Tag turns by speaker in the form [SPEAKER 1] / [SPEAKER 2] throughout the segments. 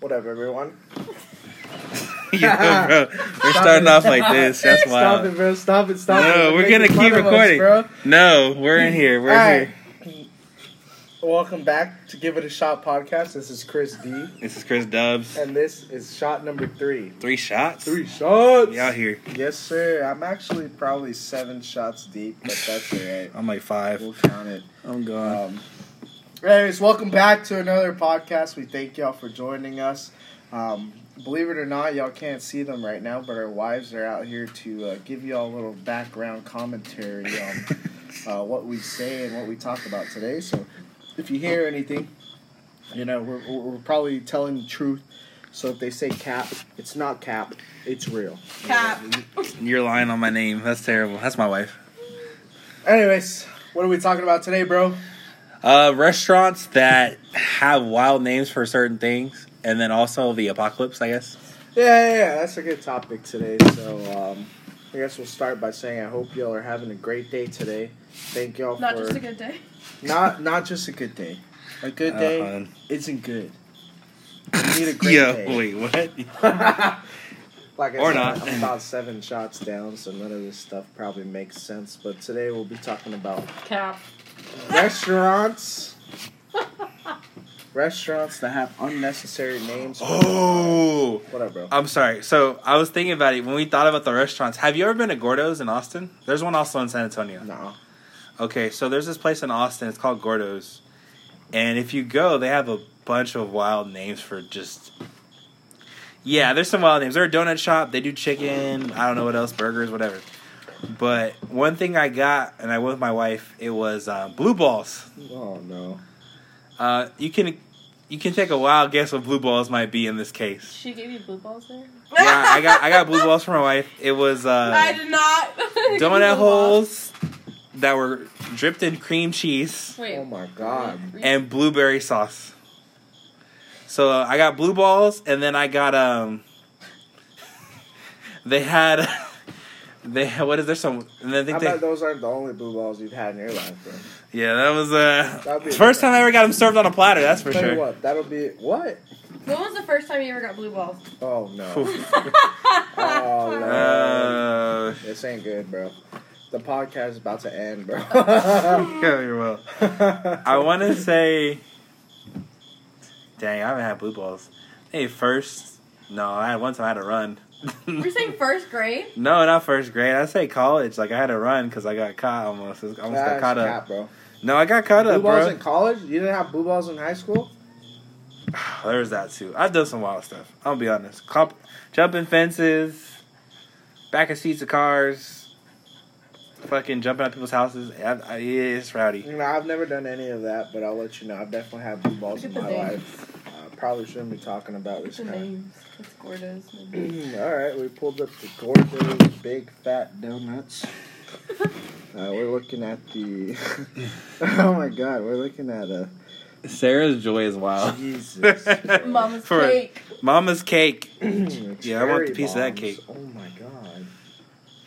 [SPEAKER 1] What up, everyone?
[SPEAKER 2] Yo, bro, we're starting off like this. That's
[SPEAKER 3] Stop it,
[SPEAKER 2] wild.
[SPEAKER 3] bro. Stop it. Stop it.
[SPEAKER 2] No,
[SPEAKER 3] You're
[SPEAKER 2] we're gonna
[SPEAKER 3] making
[SPEAKER 2] keep
[SPEAKER 3] fun of us,
[SPEAKER 2] recording.
[SPEAKER 3] bro.
[SPEAKER 2] No, we're in here. We're
[SPEAKER 3] Alright.
[SPEAKER 2] here.
[SPEAKER 3] Welcome back to Give It a Shot podcast. This is Chris D,
[SPEAKER 2] This is Chris Dubs.
[SPEAKER 3] and this is shot number three.
[SPEAKER 2] Three shots.
[SPEAKER 3] Three shots.
[SPEAKER 2] We out here.
[SPEAKER 1] Yes, sir. I'm actually probably seven shots deep, but that's alright.
[SPEAKER 2] I'm like five.
[SPEAKER 1] We'll count it.
[SPEAKER 2] I'm gone.
[SPEAKER 1] Um,
[SPEAKER 3] Anyways, welcome back to another podcast. We thank y'all for joining us. Um, believe it or not, y'all can't see them right now, but our wives are out here to uh, give y'all a little background commentary on uh, what we say and what we talk about today. So if you hear anything, you know, we're, we're we're probably telling the truth. So if they say cap, it's not cap, it's real.
[SPEAKER 4] Cap.
[SPEAKER 2] You're lying on my name. That's terrible. That's my wife.
[SPEAKER 3] Anyways, what are we talking about today, bro?
[SPEAKER 2] Uh, restaurants that have wild names for certain things, and then also the apocalypse. I guess.
[SPEAKER 3] Yeah, yeah, yeah. That's a good topic today. So, um, I guess we'll start by saying I hope y'all are having a great day today. Thank y'all
[SPEAKER 4] Not
[SPEAKER 3] for
[SPEAKER 4] just a good day.
[SPEAKER 3] not not just a good day. A good day
[SPEAKER 2] Uh-huh.
[SPEAKER 3] isn't good. You need a great
[SPEAKER 2] Yo,
[SPEAKER 3] day.
[SPEAKER 2] wait, what?
[SPEAKER 3] Like I
[SPEAKER 2] Or
[SPEAKER 3] said,
[SPEAKER 2] not.
[SPEAKER 3] I'm about seven shots down, so none of this stuff probably makes sense. But today we'll be talking about
[SPEAKER 4] Cap.
[SPEAKER 3] restaurants, restaurants that have unnecessary names.
[SPEAKER 2] Oh.
[SPEAKER 3] What up, bro?
[SPEAKER 2] I'm sorry. So I was thinking about it when we thought about the restaurants. Have you ever been to Gordo's in Austin? There's one also in San Antonio.
[SPEAKER 3] Nah.
[SPEAKER 2] Okay, so there's this place in Austin. It's called Gordo's, and if you go, they have a bunch of wild names for just. Yeah, there's some wild names. They're a donut shop. They do chicken. I don't know what else, burgers, whatever. But one thing I got, and I went with my wife, it was uh, blue balls.
[SPEAKER 3] Oh no.
[SPEAKER 2] Uh, you can you can take a wild guess what blue balls might be in this case.
[SPEAKER 4] She gave you blue balls there?
[SPEAKER 2] Yeah, I got I got blue balls from my wife. It was uh,
[SPEAKER 4] I did not. Give
[SPEAKER 2] donut
[SPEAKER 4] you blue balls.
[SPEAKER 2] holes that were dripped in cream cheese.
[SPEAKER 4] Wait.
[SPEAKER 3] Oh my god.
[SPEAKER 4] re-
[SPEAKER 2] and blueberry sauce. So uh, I got blue balls, and then I got um. They had, they had, what is there some? And then I
[SPEAKER 3] I
[SPEAKER 2] think they,
[SPEAKER 3] bet those aren't the only blue balls you've had in your life, bro.
[SPEAKER 2] yeah, that was
[SPEAKER 3] That'd
[SPEAKER 2] uh
[SPEAKER 3] be
[SPEAKER 2] first time I ever got them served on a platter. That's for
[SPEAKER 3] Tell you
[SPEAKER 2] sure.
[SPEAKER 3] what, that'll be what?
[SPEAKER 4] When was the first time you ever got blue balls?
[SPEAKER 3] Oh no.
[SPEAKER 2] Oof.
[SPEAKER 3] oh
[SPEAKER 2] Uh,
[SPEAKER 3] no. this ain't good, bro. The podcast is about to end, bro.
[SPEAKER 2] yeah, you're well. I want to say, dang, I haven't had blue balls. Hey, first, no, I had one time I had to run.
[SPEAKER 4] We're saying first grade?
[SPEAKER 2] No, not first grade. I say college. Like I had to run because I got caught almost. I almost got
[SPEAKER 3] That's
[SPEAKER 2] caught up.
[SPEAKER 3] cap, bro.
[SPEAKER 2] No, I got caught
[SPEAKER 3] Blue
[SPEAKER 2] up,
[SPEAKER 3] balls
[SPEAKER 2] bro.
[SPEAKER 3] in college? You didn't have blue balls in high school?
[SPEAKER 2] Oh, There's that too. I've done some wild stuff. I'll be honest. Clop, jumping fences, back of seats of cars, fucking jumping out people's houses. I, I, yeah, it's rowdy.
[SPEAKER 3] You know, I've never done any of that, but I'll let you know. I've definitely had blue balls
[SPEAKER 4] Look at
[SPEAKER 3] in
[SPEAKER 4] the
[SPEAKER 3] my
[SPEAKER 4] names.
[SPEAKER 3] life. Uh, probably shouldn't be talking about
[SPEAKER 4] What's
[SPEAKER 3] this
[SPEAKER 4] the
[SPEAKER 3] kind.
[SPEAKER 4] names? It's Gordo's. maybe.
[SPEAKER 3] Mm, All right, we pulled up the gorgeous big fat donuts. Uh, we're looking at the. oh my god, we're looking at a.
[SPEAKER 2] Sarah's joy is wild.
[SPEAKER 3] Jesus.
[SPEAKER 4] Mama's
[SPEAKER 2] For-
[SPEAKER 4] cake.
[SPEAKER 2] Mama's cake.
[SPEAKER 3] yeah,
[SPEAKER 2] I want the piece of that cake.
[SPEAKER 3] Oh my god.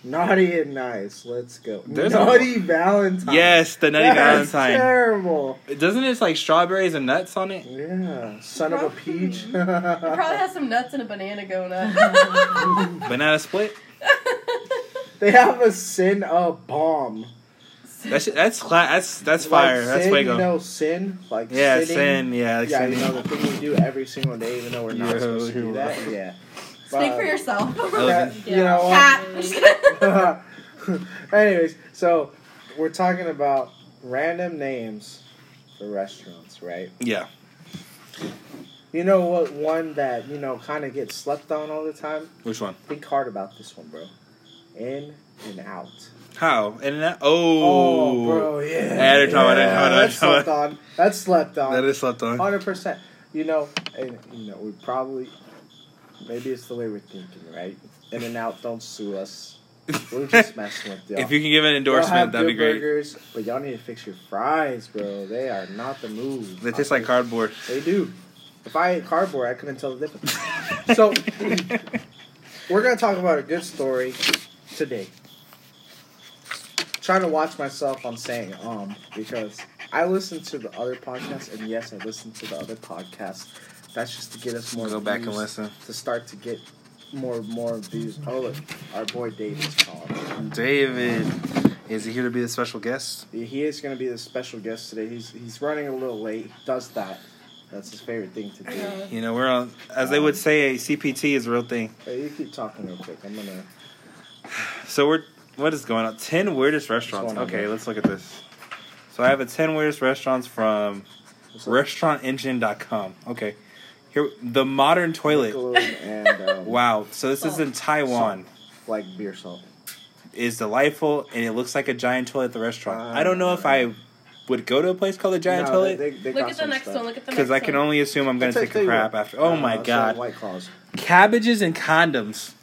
[SPEAKER 3] Naughty and nice. Let's go.
[SPEAKER 2] There's a-
[SPEAKER 3] Naughty Valentine.
[SPEAKER 2] Yes, the nutty
[SPEAKER 3] That's
[SPEAKER 2] Valentine.
[SPEAKER 3] Terrible.
[SPEAKER 2] Doesn't it it's like strawberries and nuts on it?
[SPEAKER 3] Yeah. Son of a peach.
[SPEAKER 4] It probably has some nuts and a banana going up.
[SPEAKER 2] Banana split.
[SPEAKER 3] they have a sin a bomb.
[SPEAKER 2] That's that's cla- that's that's fire.
[SPEAKER 3] Like
[SPEAKER 2] that's
[SPEAKER 3] sin,
[SPEAKER 2] fuego.
[SPEAKER 3] You know, sin. Like
[SPEAKER 2] yeah,
[SPEAKER 3] sitting.
[SPEAKER 2] sin. Yeah, like
[SPEAKER 3] Yeah,
[SPEAKER 2] sin.
[SPEAKER 3] you know the thing we do every single day, even though we're not
[SPEAKER 2] Yeah,
[SPEAKER 3] supposed to do
[SPEAKER 2] you're
[SPEAKER 3] that.
[SPEAKER 2] right.
[SPEAKER 3] Yeah.
[SPEAKER 4] Speak
[SPEAKER 3] But- uh,
[SPEAKER 4] for yourself.
[SPEAKER 2] Elephant.
[SPEAKER 3] You know what?
[SPEAKER 4] Cat. I'm just kidding.
[SPEAKER 3] Anyways, so we're talking about random names for restaurants, right?
[SPEAKER 2] yeah.
[SPEAKER 3] You know what? One that you know kind of gets slept on all the time.
[SPEAKER 2] Which one?
[SPEAKER 3] Think hard about this one, bro. In and out.
[SPEAKER 2] How? And that.
[SPEAKER 3] Oh,
[SPEAKER 2] Oh,
[SPEAKER 3] bro, yeah.
[SPEAKER 2] I had it coming, I had it coming, I had it
[SPEAKER 3] that's slept on. That's slept on.
[SPEAKER 2] That is slept on.
[SPEAKER 3] Hundred percent. You know, and you know, we probably maybe it's the way we're thinking, right? In and out, don't sue us. We're just messing with y'all.
[SPEAKER 2] If you can give an
[SPEAKER 3] Y'all have
[SPEAKER 2] endorsement, that'd be
[SPEAKER 3] good
[SPEAKER 2] great.
[SPEAKER 3] Burgers, but y'all need to fix your fries, bro. They are not the move.
[SPEAKER 2] They taste like cardboard.
[SPEAKER 3] They do. If I ate cardboard, I couldn't tell the difference. so we're gonna talk about a good story today. Trying to watch myself on saying um because I listen to the other podcast and yes, I listen to the other podcast, That's just to get us more.
[SPEAKER 2] We'll go back and
[SPEAKER 3] views,
[SPEAKER 2] listen.
[SPEAKER 3] to start to get more more views. Oh look, our boy David's calling.
[SPEAKER 2] David, is he here to be the special guest?
[SPEAKER 3] He is going to be the special guest today. He's he's running a little late. He does that. That's his favorite thing to do.
[SPEAKER 2] You know, we're on, as they would say, a CPT is a real thing.
[SPEAKER 3] Hey, you keep talking real quick. I'm gonna.
[SPEAKER 2] So we're what is going on? Ten weirdest restaurants.
[SPEAKER 3] What's going on,
[SPEAKER 2] Okay,
[SPEAKER 3] bro?
[SPEAKER 2] let's look at this. So I have a ten weirdest restaurants from
[SPEAKER 3] What's up?
[SPEAKER 2] restaurantengine.com. Okay. Here the modern toilet.
[SPEAKER 3] Nickelodeon and um,
[SPEAKER 2] Wow. So this is in Taiwan.
[SPEAKER 3] like beer salt.
[SPEAKER 2] Is delightful and it looks like a giant toilet at the restaurant. I don't know if I would go to a place called the giant
[SPEAKER 3] Um, No, they-
[SPEAKER 2] toilet
[SPEAKER 3] they- they
[SPEAKER 4] Look
[SPEAKER 3] got
[SPEAKER 4] at the
[SPEAKER 3] some
[SPEAKER 4] next
[SPEAKER 3] stuff.
[SPEAKER 4] one. Look at the next
[SPEAKER 2] because I can
[SPEAKER 4] one.
[SPEAKER 2] only assume I'm going to
[SPEAKER 3] I'll
[SPEAKER 2] take
[SPEAKER 3] tell
[SPEAKER 2] a
[SPEAKER 3] you
[SPEAKER 2] crap
[SPEAKER 3] what.
[SPEAKER 2] after. Oh
[SPEAKER 3] No,
[SPEAKER 2] my
[SPEAKER 3] it's not
[SPEAKER 2] god.
[SPEAKER 3] White claws.
[SPEAKER 2] Cabbages and condoms.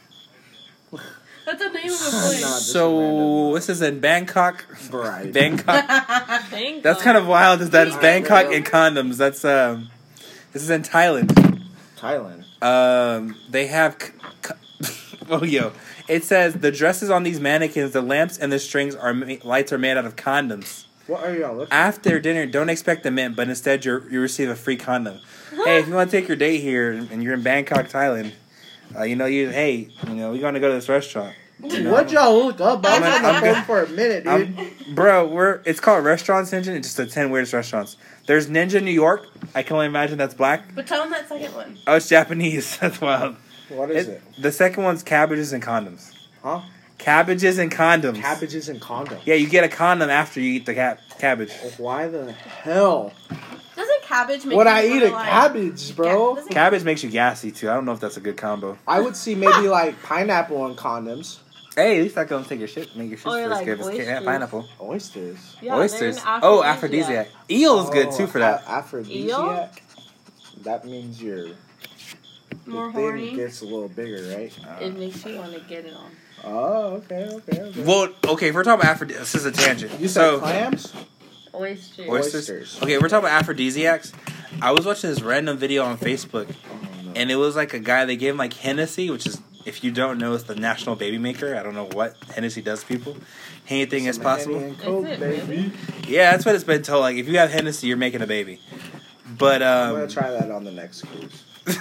[SPEAKER 4] That's the name of a
[SPEAKER 3] Nah,
[SPEAKER 4] place.
[SPEAKER 3] this is
[SPEAKER 2] So
[SPEAKER 3] random.
[SPEAKER 2] this is in Bangkok.
[SPEAKER 3] Variety.
[SPEAKER 2] Bangkok.
[SPEAKER 5] Thank
[SPEAKER 2] That's
[SPEAKER 5] God.
[SPEAKER 2] kind of wild. Is that it's
[SPEAKER 4] Yeah.
[SPEAKER 2] Bangkok and condoms? That's um, this is in Thailand.
[SPEAKER 3] Thailand.
[SPEAKER 2] Um, they have. C- c- oh yo, it says the dresses on these mannequins, the lamps and the strings are ma- lights are made out of condoms.
[SPEAKER 3] What are y'all looking?
[SPEAKER 2] After dinner, don't expect the mint, but instead you you receive a free condom. hey, if you want to take your date here and you're in Bangkok, Thailand, uh, you know you hey, you know we're gonna go to this restaurant.
[SPEAKER 3] What y'all look up? I was
[SPEAKER 2] I'm-
[SPEAKER 3] on the
[SPEAKER 2] I'm
[SPEAKER 3] phone
[SPEAKER 2] good.
[SPEAKER 3] for a minute, dude.
[SPEAKER 2] Um, bro, we're it's called Restaurants Ninja. It's just the ten weirdest restaurants. There's Ninja New York. I can only imagine that's black.
[SPEAKER 4] But tell them that second one.
[SPEAKER 2] Oh, it's Japanese. That's wild.
[SPEAKER 3] what is it?
[SPEAKER 2] The second one's cabbages and condoms.
[SPEAKER 3] Huh?
[SPEAKER 2] Cabbages and condoms.
[SPEAKER 3] Cabbages and condom.
[SPEAKER 2] Yeah, you get a condom after you eat the cab- cabbage.
[SPEAKER 3] Why the hell
[SPEAKER 4] Doesn't cabbage make
[SPEAKER 3] would
[SPEAKER 4] you
[SPEAKER 3] I eat
[SPEAKER 4] wanna,
[SPEAKER 3] a
[SPEAKER 4] like-
[SPEAKER 3] cabbage, bro?
[SPEAKER 4] Yeah, doesn't-
[SPEAKER 2] Cabbage makes you gassy too. I don't know if that's a good combo.
[SPEAKER 3] I would see maybe
[SPEAKER 2] Ah!
[SPEAKER 3] like pineapple and condoms.
[SPEAKER 2] Hey, at least I can take your shit, make your shit
[SPEAKER 5] Or
[SPEAKER 2] taste
[SPEAKER 5] Oh, like
[SPEAKER 2] good. It's ca-
[SPEAKER 5] oysters.
[SPEAKER 2] pineapple,
[SPEAKER 3] Oysters.
[SPEAKER 5] Yeah, they're
[SPEAKER 2] oysters.
[SPEAKER 5] an
[SPEAKER 2] Oh, aphrodisiac. Eel's good too for that.
[SPEAKER 3] Oh, a- aphrodisiac? That means your
[SPEAKER 4] More
[SPEAKER 3] the thing
[SPEAKER 4] horny.
[SPEAKER 3] gets a little bigger, right?
[SPEAKER 5] It makes you want to get it on.
[SPEAKER 3] Oh, okay, okay. okay.
[SPEAKER 2] well, okay, if we're talking about aphrodisiac, this is a tangent.
[SPEAKER 3] you said
[SPEAKER 2] so,
[SPEAKER 3] clams?
[SPEAKER 5] Oysters.
[SPEAKER 2] oysters.
[SPEAKER 3] Oysters.
[SPEAKER 2] Okay, we're talking about aphrodisiacs. I was watching this random video on Facebook,
[SPEAKER 3] Oh, no.
[SPEAKER 2] and it was like a guy. They gave him like Hennessy, which is if you don't know, it's the national baby maker. I don't know what Hennessy does to people. Anything is
[SPEAKER 3] Some
[SPEAKER 2] possible.
[SPEAKER 3] Henny and Coke,
[SPEAKER 5] it
[SPEAKER 3] baby.
[SPEAKER 5] really?
[SPEAKER 2] Yeah, that's what it's been told. Like if you have Hennessy, you're making a baby. But
[SPEAKER 3] I'm
[SPEAKER 2] um,
[SPEAKER 3] gonna try that on the next cruise.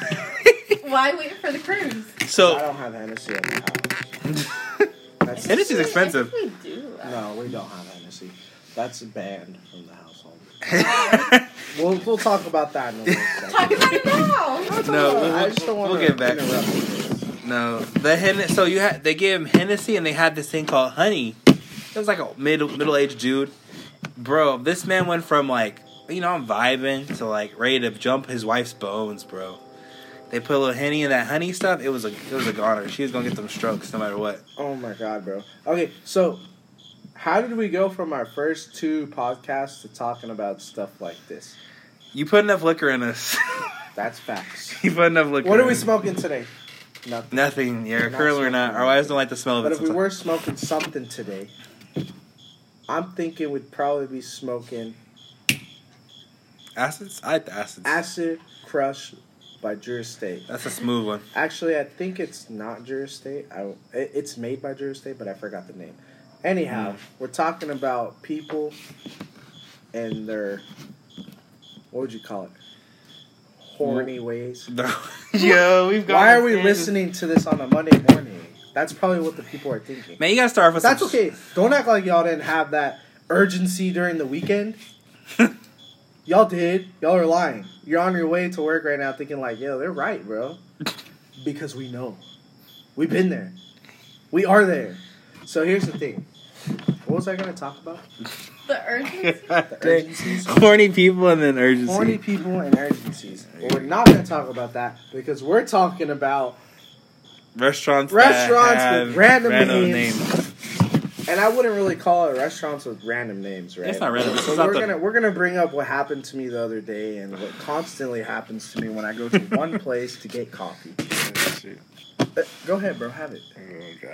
[SPEAKER 4] Why wait for the cruise?
[SPEAKER 3] I
[SPEAKER 2] so
[SPEAKER 3] don't have Hennessy at the house. That's,
[SPEAKER 2] Hennessy's expensive.
[SPEAKER 5] I think we do.
[SPEAKER 3] no, we don't have Hennessy. That's banned from the household. We'll, we'll talk about that in a little
[SPEAKER 4] Talk
[SPEAKER 3] second.
[SPEAKER 4] about it now.
[SPEAKER 2] No, we'll-
[SPEAKER 3] I just don't want
[SPEAKER 2] we'll
[SPEAKER 3] to
[SPEAKER 2] get back.
[SPEAKER 3] interrupt.
[SPEAKER 2] no, the Hen- so you had they gave him Hennessy, and they had this thing called honey. It was like a mid middle aged dude, bro. This man went from like you know I'm vibing to like ready to jump his wife's bones, bro. They put a little henny in that honey stuff. It was a it was a goner. She was gonna get them strokes no matter what.
[SPEAKER 3] Oh my god, bro. Okay, so how did we go from our first two podcasts to talking about stuff like this?
[SPEAKER 2] You put enough liquor in us.
[SPEAKER 3] That's facts.
[SPEAKER 2] you put enough liquor.
[SPEAKER 3] What are
[SPEAKER 2] in
[SPEAKER 3] we
[SPEAKER 2] us.
[SPEAKER 3] smoking today? Nothing.
[SPEAKER 2] Nothing. Yeah,
[SPEAKER 3] We're not
[SPEAKER 2] currently we're not.
[SPEAKER 3] smoking.
[SPEAKER 2] Our wives don't like the smell of
[SPEAKER 3] But
[SPEAKER 2] it.
[SPEAKER 3] if we
[SPEAKER 2] sometimes.
[SPEAKER 3] were smoking something today, I'm thinking we'd probably be smoking
[SPEAKER 2] Acids? I like the acids.
[SPEAKER 3] Acid Crush by Drew Estate.
[SPEAKER 2] That's a smooth one.
[SPEAKER 3] Actually, I think it's not Drew Estate. I, it- it's made by Drew Estate, but I forgot the name.
[SPEAKER 2] Mm.
[SPEAKER 3] Anyhow, we're talking about people and their what would you call it? Horny ways.
[SPEAKER 2] Yo, we've got.
[SPEAKER 3] Why are we listening to this on a Monday morning? That's probably what the people are thinking.
[SPEAKER 2] Man, you gotta start off with
[SPEAKER 3] That's
[SPEAKER 2] some-
[SPEAKER 3] okay. Don't act like y'all didn't have that urgency during the weekend. y'all did. Y'all are lying. You're on your way to work right now thinking like, yo, they're right, bro. because we know. We've been there. We are there. So here's the thing. What was I gonna talk about?
[SPEAKER 4] The urgency.
[SPEAKER 3] The urgencies.
[SPEAKER 2] Horny people and then urgency.
[SPEAKER 3] Horny people and urgencies. But we're not gonna talk about that because we're talking about
[SPEAKER 2] Restaurants.
[SPEAKER 3] Restaurants
[SPEAKER 2] that
[SPEAKER 3] with
[SPEAKER 2] have
[SPEAKER 3] random names.
[SPEAKER 2] names.
[SPEAKER 3] and I wouldn't really call it restaurants with random names, right?
[SPEAKER 2] It's not random. This
[SPEAKER 3] So
[SPEAKER 2] is not
[SPEAKER 3] we're
[SPEAKER 2] the-
[SPEAKER 3] gonna we're gonna bring up what happened to me the other day and what constantly happens to me when I go to one place to get coffee. Uh, go ahead, bro. Have it.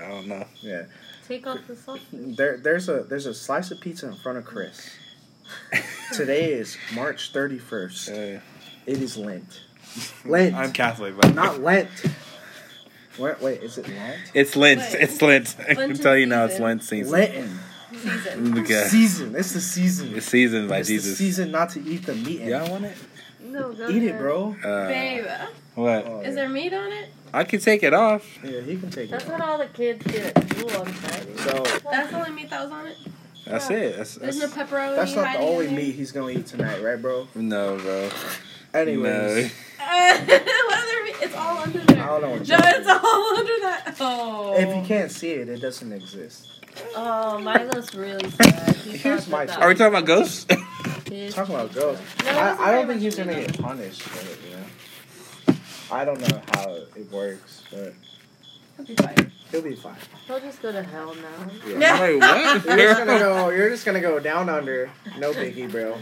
[SPEAKER 2] I don't know.
[SPEAKER 3] Yeah.
[SPEAKER 5] Take off the sauce.
[SPEAKER 3] There, there's a there's a slice of pizza in front of Chris. Today is March 31st. It is Lent. Lent.
[SPEAKER 2] I'm Catholic, but
[SPEAKER 3] not Lent. Wait, wait, is it Lent?
[SPEAKER 2] It's Lent.
[SPEAKER 4] Wait.
[SPEAKER 2] It's Lent. I can
[SPEAKER 4] Lenten
[SPEAKER 2] tell you now, it's
[SPEAKER 4] season.
[SPEAKER 2] Lent season.
[SPEAKER 3] Lenten.
[SPEAKER 4] Season.
[SPEAKER 2] Look at
[SPEAKER 3] Season. It's the season.
[SPEAKER 2] the season by
[SPEAKER 3] It's the
[SPEAKER 2] Jesus.
[SPEAKER 3] season not to eat the meat. in.
[SPEAKER 2] Yeah, I want it.
[SPEAKER 5] No, go
[SPEAKER 3] Eat it,
[SPEAKER 5] ahead.
[SPEAKER 3] bro. Oh,
[SPEAKER 2] Uh,
[SPEAKER 4] Babe,
[SPEAKER 6] their meat on it?
[SPEAKER 2] I can take it off.
[SPEAKER 3] Yeah, he can take
[SPEAKER 6] That's
[SPEAKER 3] it.
[SPEAKER 6] what all the kids do at school on Friday.
[SPEAKER 3] So
[SPEAKER 4] That's the only meat that was on it.
[SPEAKER 2] That's it. That's,
[SPEAKER 4] There's
[SPEAKER 2] that's
[SPEAKER 4] no pepperoni.
[SPEAKER 3] that's not the
[SPEAKER 4] hiding in
[SPEAKER 3] only
[SPEAKER 4] there?
[SPEAKER 3] meat he's gonna eat tonight, right, bro?
[SPEAKER 2] no, bro.
[SPEAKER 3] Anyways,
[SPEAKER 4] Uh, what other meat? It's all under there.
[SPEAKER 3] I don't know what.
[SPEAKER 4] No,
[SPEAKER 3] you're
[SPEAKER 4] it's all under that. Oh.
[SPEAKER 3] If you can't see it, it doesn't exist.
[SPEAKER 6] Oh, Milo's really sad. He
[SPEAKER 3] Here's
[SPEAKER 6] thought
[SPEAKER 3] my-
[SPEAKER 6] that
[SPEAKER 2] Are we talking about ghosts?
[SPEAKER 6] his-
[SPEAKER 3] Talking about girls,
[SPEAKER 6] No, it wasn't
[SPEAKER 3] I, I
[SPEAKER 6] very
[SPEAKER 3] don't think
[SPEAKER 6] much
[SPEAKER 3] he's gonna
[SPEAKER 6] meat on
[SPEAKER 3] get
[SPEAKER 6] it.
[SPEAKER 3] punished for it. You know, I don't know how it works, but
[SPEAKER 4] It'll be fine.
[SPEAKER 3] he'll be fine.
[SPEAKER 6] He'll just go to hell now.
[SPEAKER 3] Yeah.
[SPEAKER 2] Wait, what?
[SPEAKER 3] You're just gonna go. You're just gonna go down under. No biggie, bro.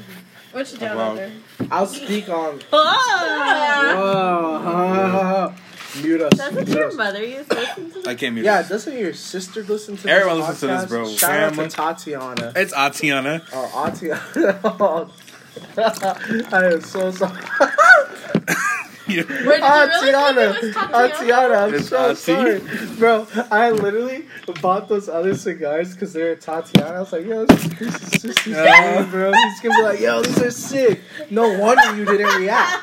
[SPEAKER 4] What you down
[SPEAKER 2] Wow.
[SPEAKER 4] under?
[SPEAKER 3] I'll speak on.
[SPEAKER 6] Oh!
[SPEAKER 3] Whoa, mute us.
[SPEAKER 6] Doesn't
[SPEAKER 3] mute
[SPEAKER 6] your
[SPEAKER 3] us.
[SPEAKER 6] mother use listen to
[SPEAKER 2] I can't mute
[SPEAKER 3] Yeah,
[SPEAKER 2] this.
[SPEAKER 3] doesn't your sister listen to?
[SPEAKER 2] Everyone
[SPEAKER 3] this
[SPEAKER 2] listens to this, bro.
[SPEAKER 3] podcast? Shout
[SPEAKER 2] Family.
[SPEAKER 3] out to Tatiana.
[SPEAKER 2] It's Atiana.
[SPEAKER 3] Oh, Tatiana. I am so sorry.
[SPEAKER 4] Wait, did
[SPEAKER 3] Ah,
[SPEAKER 4] you really think it was
[SPEAKER 3] Tiana. Ah,
[SPEAKER 4] Tatiana?
[SPEAKER 3] Tiana, I'm
[SPEAKER 2] It's
[SPEAKER 3] so
[SPEAKER 2] Tati.
[SPEAKER 3] sorry. Bro, I literally bought those other cigars because they're Tatiana. I was like, yo, this is Chris's sister's
[SPEAKER 2] Yeah.
[SPEAKER 3] name, bro. He's going to be like, yo, these are sick. No wonder you didn't react.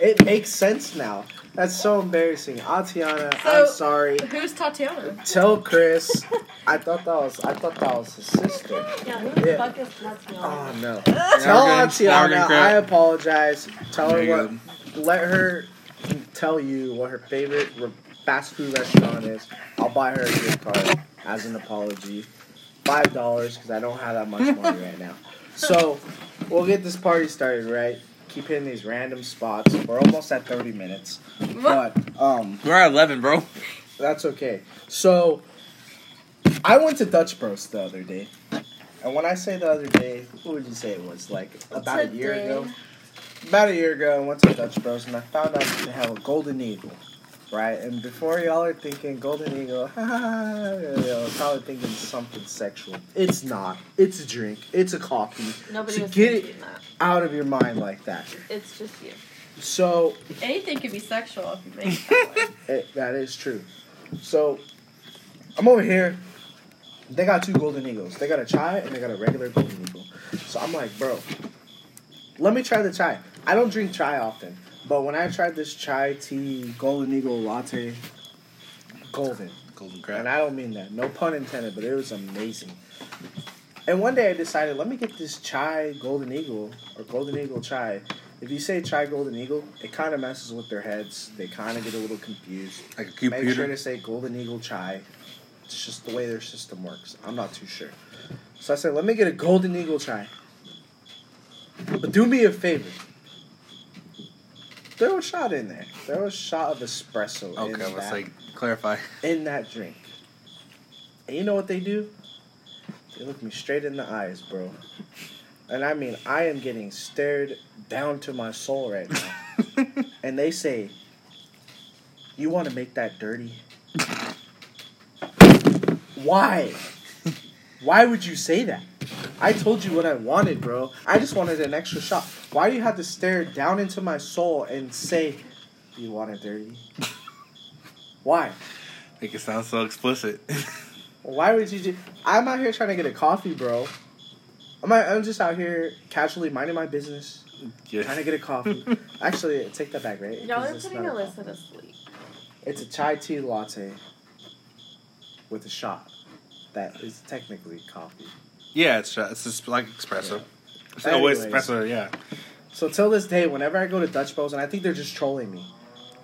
[SPEAKER 3] It makes sense now. That's so embarrassing. Atiana, I'm
[SPEAKER 4] So-
[SPEAKER 3] sorry.
[SPEAKER 4] Who's Tatiana?
[SPEAKER 3] Tell Chris. I thought that was I thought that was his sister.
[SPEAKER 6] Yeah, who the
[SPEAKER 3] Yeah.
[SPEAKER 6] fuck is Tatiana?
[SPEAKER 3] Oh no. Tell
[SPEAKER 2] Now we're getting- now we're
[SPEAKER 3] Atiana I
[SPEAKER 2] getting crap.
[SPEAKER 3] apologize. Tell her
[SPEAKER 2] Very
[SPEAKER 3] what
[SPEAKER 2] good.
[SPEAKER 3] let her tell you what her favorite re- fast food restaurant is. I'll buy her a gift card as an apology. Five dollars because I don't have that much money right now. So we'll get this party started, right? Keep hitting these random spots. We're almost at thirty minutes, but um,
[SPEAKER 2] We're at 11, bro.
[SPEAKER 3] that's okay. So I went to Dutch Bros the other day, and when I say the other day, what would you say it was? Like about a year
[SPEAKER 6] Today.
[SPEAKER 3] ago about a year ago, I went to Dutch Bros and I found out that they have a Golden Eagle, right? And before y'all are thinking Golden Eagle, y'all are probably thinking something sexual. It's not. It's a drink. It's a coffee.
[SPEAKER 6] Nobody
[SPEAKER 3] So
[SPEAKER 6] was
[SPEAKER 3] get
[SPEAKER 6] thinking that.
[SPEAKER 3] Out of your mind like that.
[SPEAKER 6] It's just you.
[SPEAKER 3] So
[SPEAKER 4] Anything could be sexual if you think that way.
[SPEAKER 3] it, that is true. So I'm over here. They got two Golden Eagles. They got a chai and they got a regular Golden Eagle. So I'm like, bro, let me try the chai. I don't drink chai often, but when I tried this chai tea Golden Eagle latte, golden.
[SPEAKER 2] Golden
[SPEAKER 3] And
[SPEAKER 2] crap.
[SPEAKER 3] I don't mean that. No pun intended, but it was amazing. And one day I decided, let me get this chai golden eagle or golden eagle chai. If you say chai golden eagle, it kind of messes with their heads. They kind of get a little confused.
[SPEAKER 2] Like a
[SPEAKER 3] Make sure to
[SPEAKER 2] computer.
[SPEAKER 3] say golden eagle chai. It's just the way their system works. I'm not too sure. So I said, let me get a golden eagle chai. But do me a favor. Throw a shot in there. Throw a shot of espresso. in
[SPEAKER 2] Okay, let's
[SPEAKER 3] that
[SPEAKER 2] like clarify.
[SPEAKER 3] in that drink. And you know what they do? They look me straight in the eyes, bro. And I mean, I am getting stared down to my soul right now. and they say, You want to make that dirty? Why? Why would you say that? I told you what I wanted, bro. I just wanted an extra shot. Why do you have to stare down into my soul and say, You want it dirty? Why?
[SPEAKER 2] Make it sound so explicit.
[SPEAKER 3] Why would you do? I'm out here trying to get a coffee, bro. I'm out, I'm just out here casually minding my business, trying to
[SPEAKER 2] yeah.
[SPEAKER 3] get a coffee. Actually, take that back, right?
[SPEAKER 6] Y'all
[SPEAKER 3] 'Cause
[SPEAKER 6] are
[SPEAKER 3] it's
[SPEAKER 6] putting
[SPEAKER 3] not a
[SPEAKER 6] Alyssa to sleep.
[SPEAKER 3] coffee. It's a chai tea latte with a shot. That is technically coffee.
[SPEAKER 2] yeah, it's uh, it's just like espresso. It's
[SPEAKER 3] Anyways.
[SPEAKER 2] always espresso, yeah.
[SPEAKER 3] So till this day, whenever I go to Dutch Bros, and I think they're just trolling me,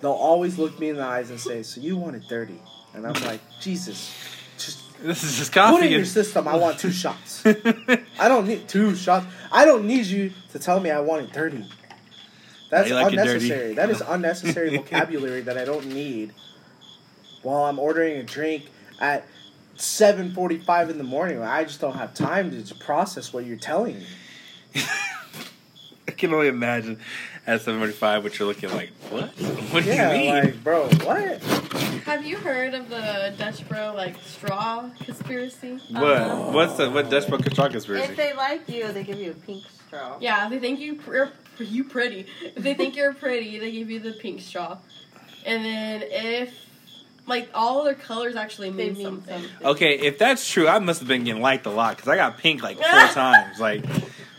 [SPEAKER 3] they'll always look me in the eyes and say, "So you want it dirty?" And I'm like, Jesus, just
[SPEAKER 2] This is just
[SPEAKER 3] put it in
[SPEAKER 2] coffee.
[SPEAKER 3] your
[SPEAKER 2] and-
[SPEAKER 3] system. I want two shots. I don't need two shots. I don't need you to tell me I want it dirty. That's
[SPEAKER 2] you like it dirty.
[SPEAKER 3] unnecessary. That is unnecessary vocabulary that I don't need while I'm ordering a drink at 7:45 in the morning. I just don't have time to process what you're telling me.
[SPEAKER 2] I can only imagine at 745 what you're looking like. What? What do you mean?
[SPEAKER 3] Yeah, like, bro, what?
[SPEAKER 4] Have you heard of the Dutch bro like straw conspiracy?
[SPEAKER 2] what?
[SPEAKER 6] Uh-huh.
[SPEAKER 2] What's the what Dutch Broken Chalk conspiracy?
[SPEAKER 6] If they like you, they give you a pink straw.
[SPEAKER 4] Yeah, if they think you pr- you're pr- you pretty. If they think you're pretty, they give you the pink straw. And then if like all their colors actually
[SPEAKER 6] They
[SPEAKER 4] mean,
[SPEAKER 6] mean
[SPEAKER 4] something.
[SPEAKER 2] Oh,
[SPEAKER 6] something.
[SPEAKER 2] Okay, if that's true, I must have been getting liked a lot because I got pink like four times. Like,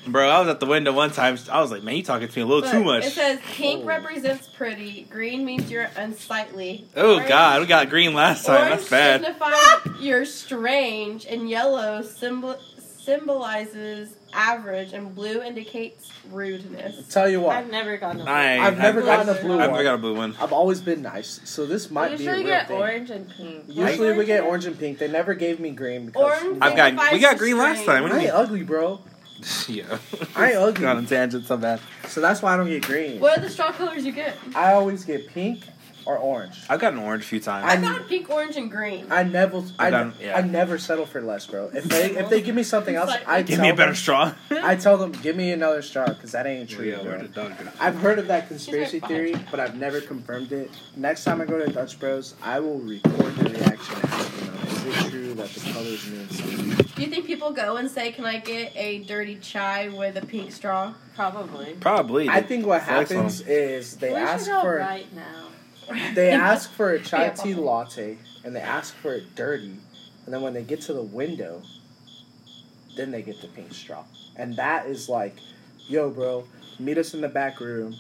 [SPEAKER 2] Bro, I was at the window one time. I was like, man, you talking to me a little too
[SPEAKER 4] Look,
[SPEAKER 2] much.
[SPEAKER 4] It says pink
[SPEAKER 3] Oh.
[SPEAKER 4] represents pretty, green means you're unsightly.
[SPEAKER 2] oh,
[SPEAKER 4] Orange-
[SPEAKER 2] God. We got green last time.
[SPEAKER 4] Orange
[SPEAKER 2] That's bad.
[SPEAKER 4] signifies you're strange, and yellow symbol- symbolizes average, and blue indicates rudeness.
[SPEAKER 3] Tell you what,
[SPEAKER 6] I've never gotten a
[SPEAKER 2] I-
[SPEAKER 3] I've never
[SPEAKER 2] I've-
[SPEAKER 3] gotten a blue
[SPEAKER 2] I
[SPEAKER 3] one.
[SPEAKER 2] forgot a blue one.
[SPEAKER 3] I've always been nice, so this might be a
[SPEAKER 6] Usually
[SPEAKER 3] real
[SPEAKER 6] get
[SPEAKER 3] thing.
[SPEAKER 6] orange and pink.
[SPEAKER 3] Usually we
[SPEAKER 4] Orange?
[SPEAKER 3] get orange and pink. They never gave me green because
[SPEAKER 4] Orange
[SPEAKER 2] I've got we
[SPEAKER 4] Signifies
[SPEAKER 2] got green last
[SPEAKER 4] restraint.
[SPEAKER 2] time. What do
[SPEAKER 3] I
[SPEAKER 2] you
[SPEAKER 3] ain't
[SPEAKER 2] mean?
[SPEAKER 3] ugly, bro.
[SPEAKER 2] yeah.
[SPEAKER 3] I ain't ugly.
[SPEAKER 2] Got on tangent so bad.
[SPEAKER 3] So that's why I don't get green.
[SPEAKER 4] What are the straw colors you get?
[SPEAKER 3] I always get pink or orange.
[SPEAKER 2] I've gotten orange a few
[SPEAKER 4] I
[SPEAKER 2] times.
[SPEAKER 3] I'm-
[SPEAKER 4] got pink, orange, and green.
[SPEAKER 3] I never, I,
[SPEAKER 2] done- yeah.
[SPEAKER 3] I never settle for less, bro. If they if they give me something else, I
[SPEAKER 2] Give
[SPEAKER 3] tell
[SPEAKER 2] me a better
[SPEAKER 3] Them,
[SPEAKER 2] straw.
[SPEAKER 3] I tell them, give me another straw because that ain't true,
[SPEAKER 2] Yeah, where
[SPEAKER 3] bro.
[SPEAKER 2] did dog go?
[SPEAKER 3] I've heard of that
[SPEAKER 4] She's
[SPEAKER 3] conspiracy
[SPEAKER 4] right
[SPEAKER 3] theory, but I've never confirmed it. Next time I go to Dutch Bros, I will record the reaction. and ask them, Is it true that the colors mean something?
[SPEAKER 4] Do you think people go and say, "Can I get a dirty chai with a pink straw?"
[SPEAKER 6] Probably.
[SPEAKER 2] Probably.
[SPEAKER 3] I think what
[SPEAKER 2] Flex on
[SPEAKER 3] happens is they
[SPEAKER 6] we
[SPEAKER 3] ask
[SPEAKER 6] should go
[SPEAKER 3] for
[SPEAKER 6] right now.
[SPEAKER 3] they ask for a chai
[SPEAKER 4] Yeah,
[SPEAKER 3] tea
[SPEAKER 4] Papa.
[SPEAKER 3] latte and they ask for it dirty, and then when they get to the window, then they get the pink straw, and that is like, yo, bro, meet us in the back room.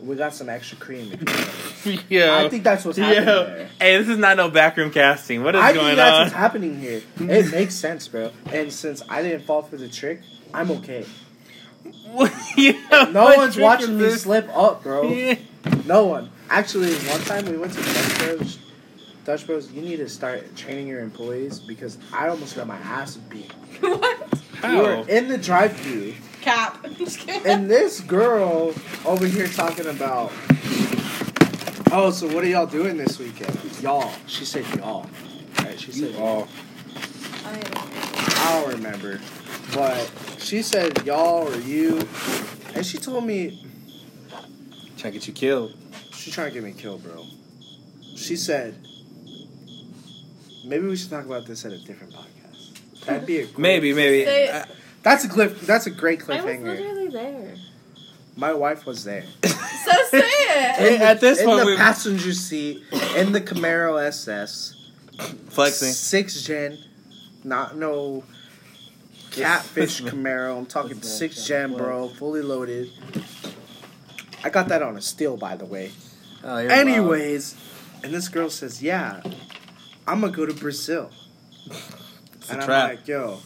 [SPEAKER 3] We got some extra cream. if you want."
[SPEAKER 2] Yo.
[SPEAKER 3] I think that's what's happening.
[SPEAKER 2] Yo.
[SPEAKER 3] There.
[SPEAKER 2] Hey, this is not no backroom casting. What is
[SPEAKER 3] I think
[SPEAKER 2] going
[SPEAKER 3] that's
[SPEAKER 2] on?
[SPEAKER 3] what's happening here. It makes sense, bro. And since I didn't fall for the trick, I'm okay.
[SPEAKER 2] What- Yo,
[SPEAKER 3] No
[SPEAKER 2] what
[SPEAKER 3] one's
[SPEAKER 2] trick
[SPEAKER 3] watching
[SPEAKER 2] is
[SPEAKER 3] me
[SPEAKER 2] this?
[SPEAKER 3] slip up, bro.
[SPEAKER 2] Yeah.
[SPEAKER 3] No one. Actually, one time we went to Dutch Bros. Dutch Bros, you need to start training your employees because I almost got my ass beat.
[SPEAKER 4] what?
[SPEAKER 3] We
[SPEAKER 2] How?
[SPEAKER 3] were in the drive-thru,
[SPEAKER 4] Cap. I'm just kidding.
[SPEAKER 3] and this girl over here talking about, oh, so what are y'all doing this weekend? Y'all. She said y'all. Right? She said y'all. I don't remember. But she said y'all or you. And she told me
[SPEAKER 2] Trying to get you killed.
[SPEAKER 3] she trying to get me killed, bro. She said maybe we should talk about this at a different podcast. That'd be a great,
[SPEAKER 2] Maybe, maybe. Uh,
[SPEAKER 4] Say-
[SPEAKER 2] I-
[SPEAKER 3] That's a cliff that's a great
[SPEAKER 6] I was
[SPEAKER 3] cliffhanger.
[SPEAKER 6] literally there.
[SPEAKER 3] My wife was there.
[SPEAKER 4] so say it.
[SPEAKER 2] Hey, at this
[SPEAKER 3] in
[SPEAKER 2] point,
[SPEAKER 3] the
[SPEAKER 2] we-
[SPEAKER 3] passenger seat in the Camaro SS.
[SPEAKER 2] flexing.
[SPEAKER 3] Six gen. Not no catfish Camaro. I'm talking six gen, bro. Fully loaded. I got that on a steal, by the way.
[SPEAKER 2] Oh, you're wild.
[SPEAKER 3] Anyways, and this girl says, "Yeah, I'm gonna go to Brazil."
[SPEAKER 2] It's
[SPEAKER 3] and
[SPEAKER 2] a
[SPEAKER 3] I'm
[SPEAKER 2] trap.
[SPEAKER 3] like, "Yo,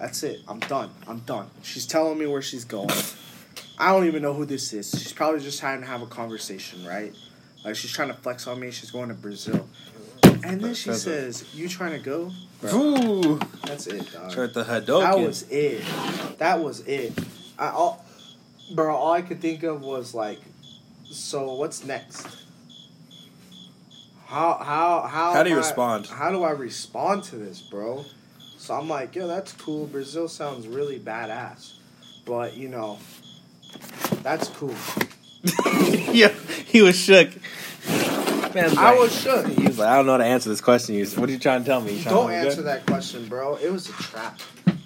[SPEAKER 3] that's it. I'm done. I'm done." She's telling me where she's going. I don't even know who this is. She's probably just trying to have a conversation, right? Like she's trying to flex on me. She's going to Brazil, and then she
[SPEAKER 2] That's it.
[SPEAKER 3] says, "You trying to go?" Bro,
[SPEAKER 2] Ooh.
[SPEAKER 3] that's it, dog.
[SPEAKER 2] Try the
[SPEAKER 3] That
[SPEAKER 2] Hadouken.
[SPEAKER 3] was it. That was it. I all, bro. All I could think of was like, so what's next? How how how
[SPEAKER 2] How do you
[SPEAKER 3] am I-
[SPEAKER 2] respond?
[SPEAKER 3] How do I respond to this, bro? So I'm like, yo, that's cool. Brazil sounds really badass, but you know, that's cool.
[SPEAKER 2] Yo, he was shook. Man,
[SPEAKER 3] I was shook.
[SPEAKER 2] He was like, I don't know how to answer this question. You, what are you trying to tell me? You trying
[SPEAKER 3] Don't
[SPEAKER 2] to look
[SPEAKER 3] answer
[SPEAKER 2] good?
[SPEAKER 3] that question, bro. It was a trap.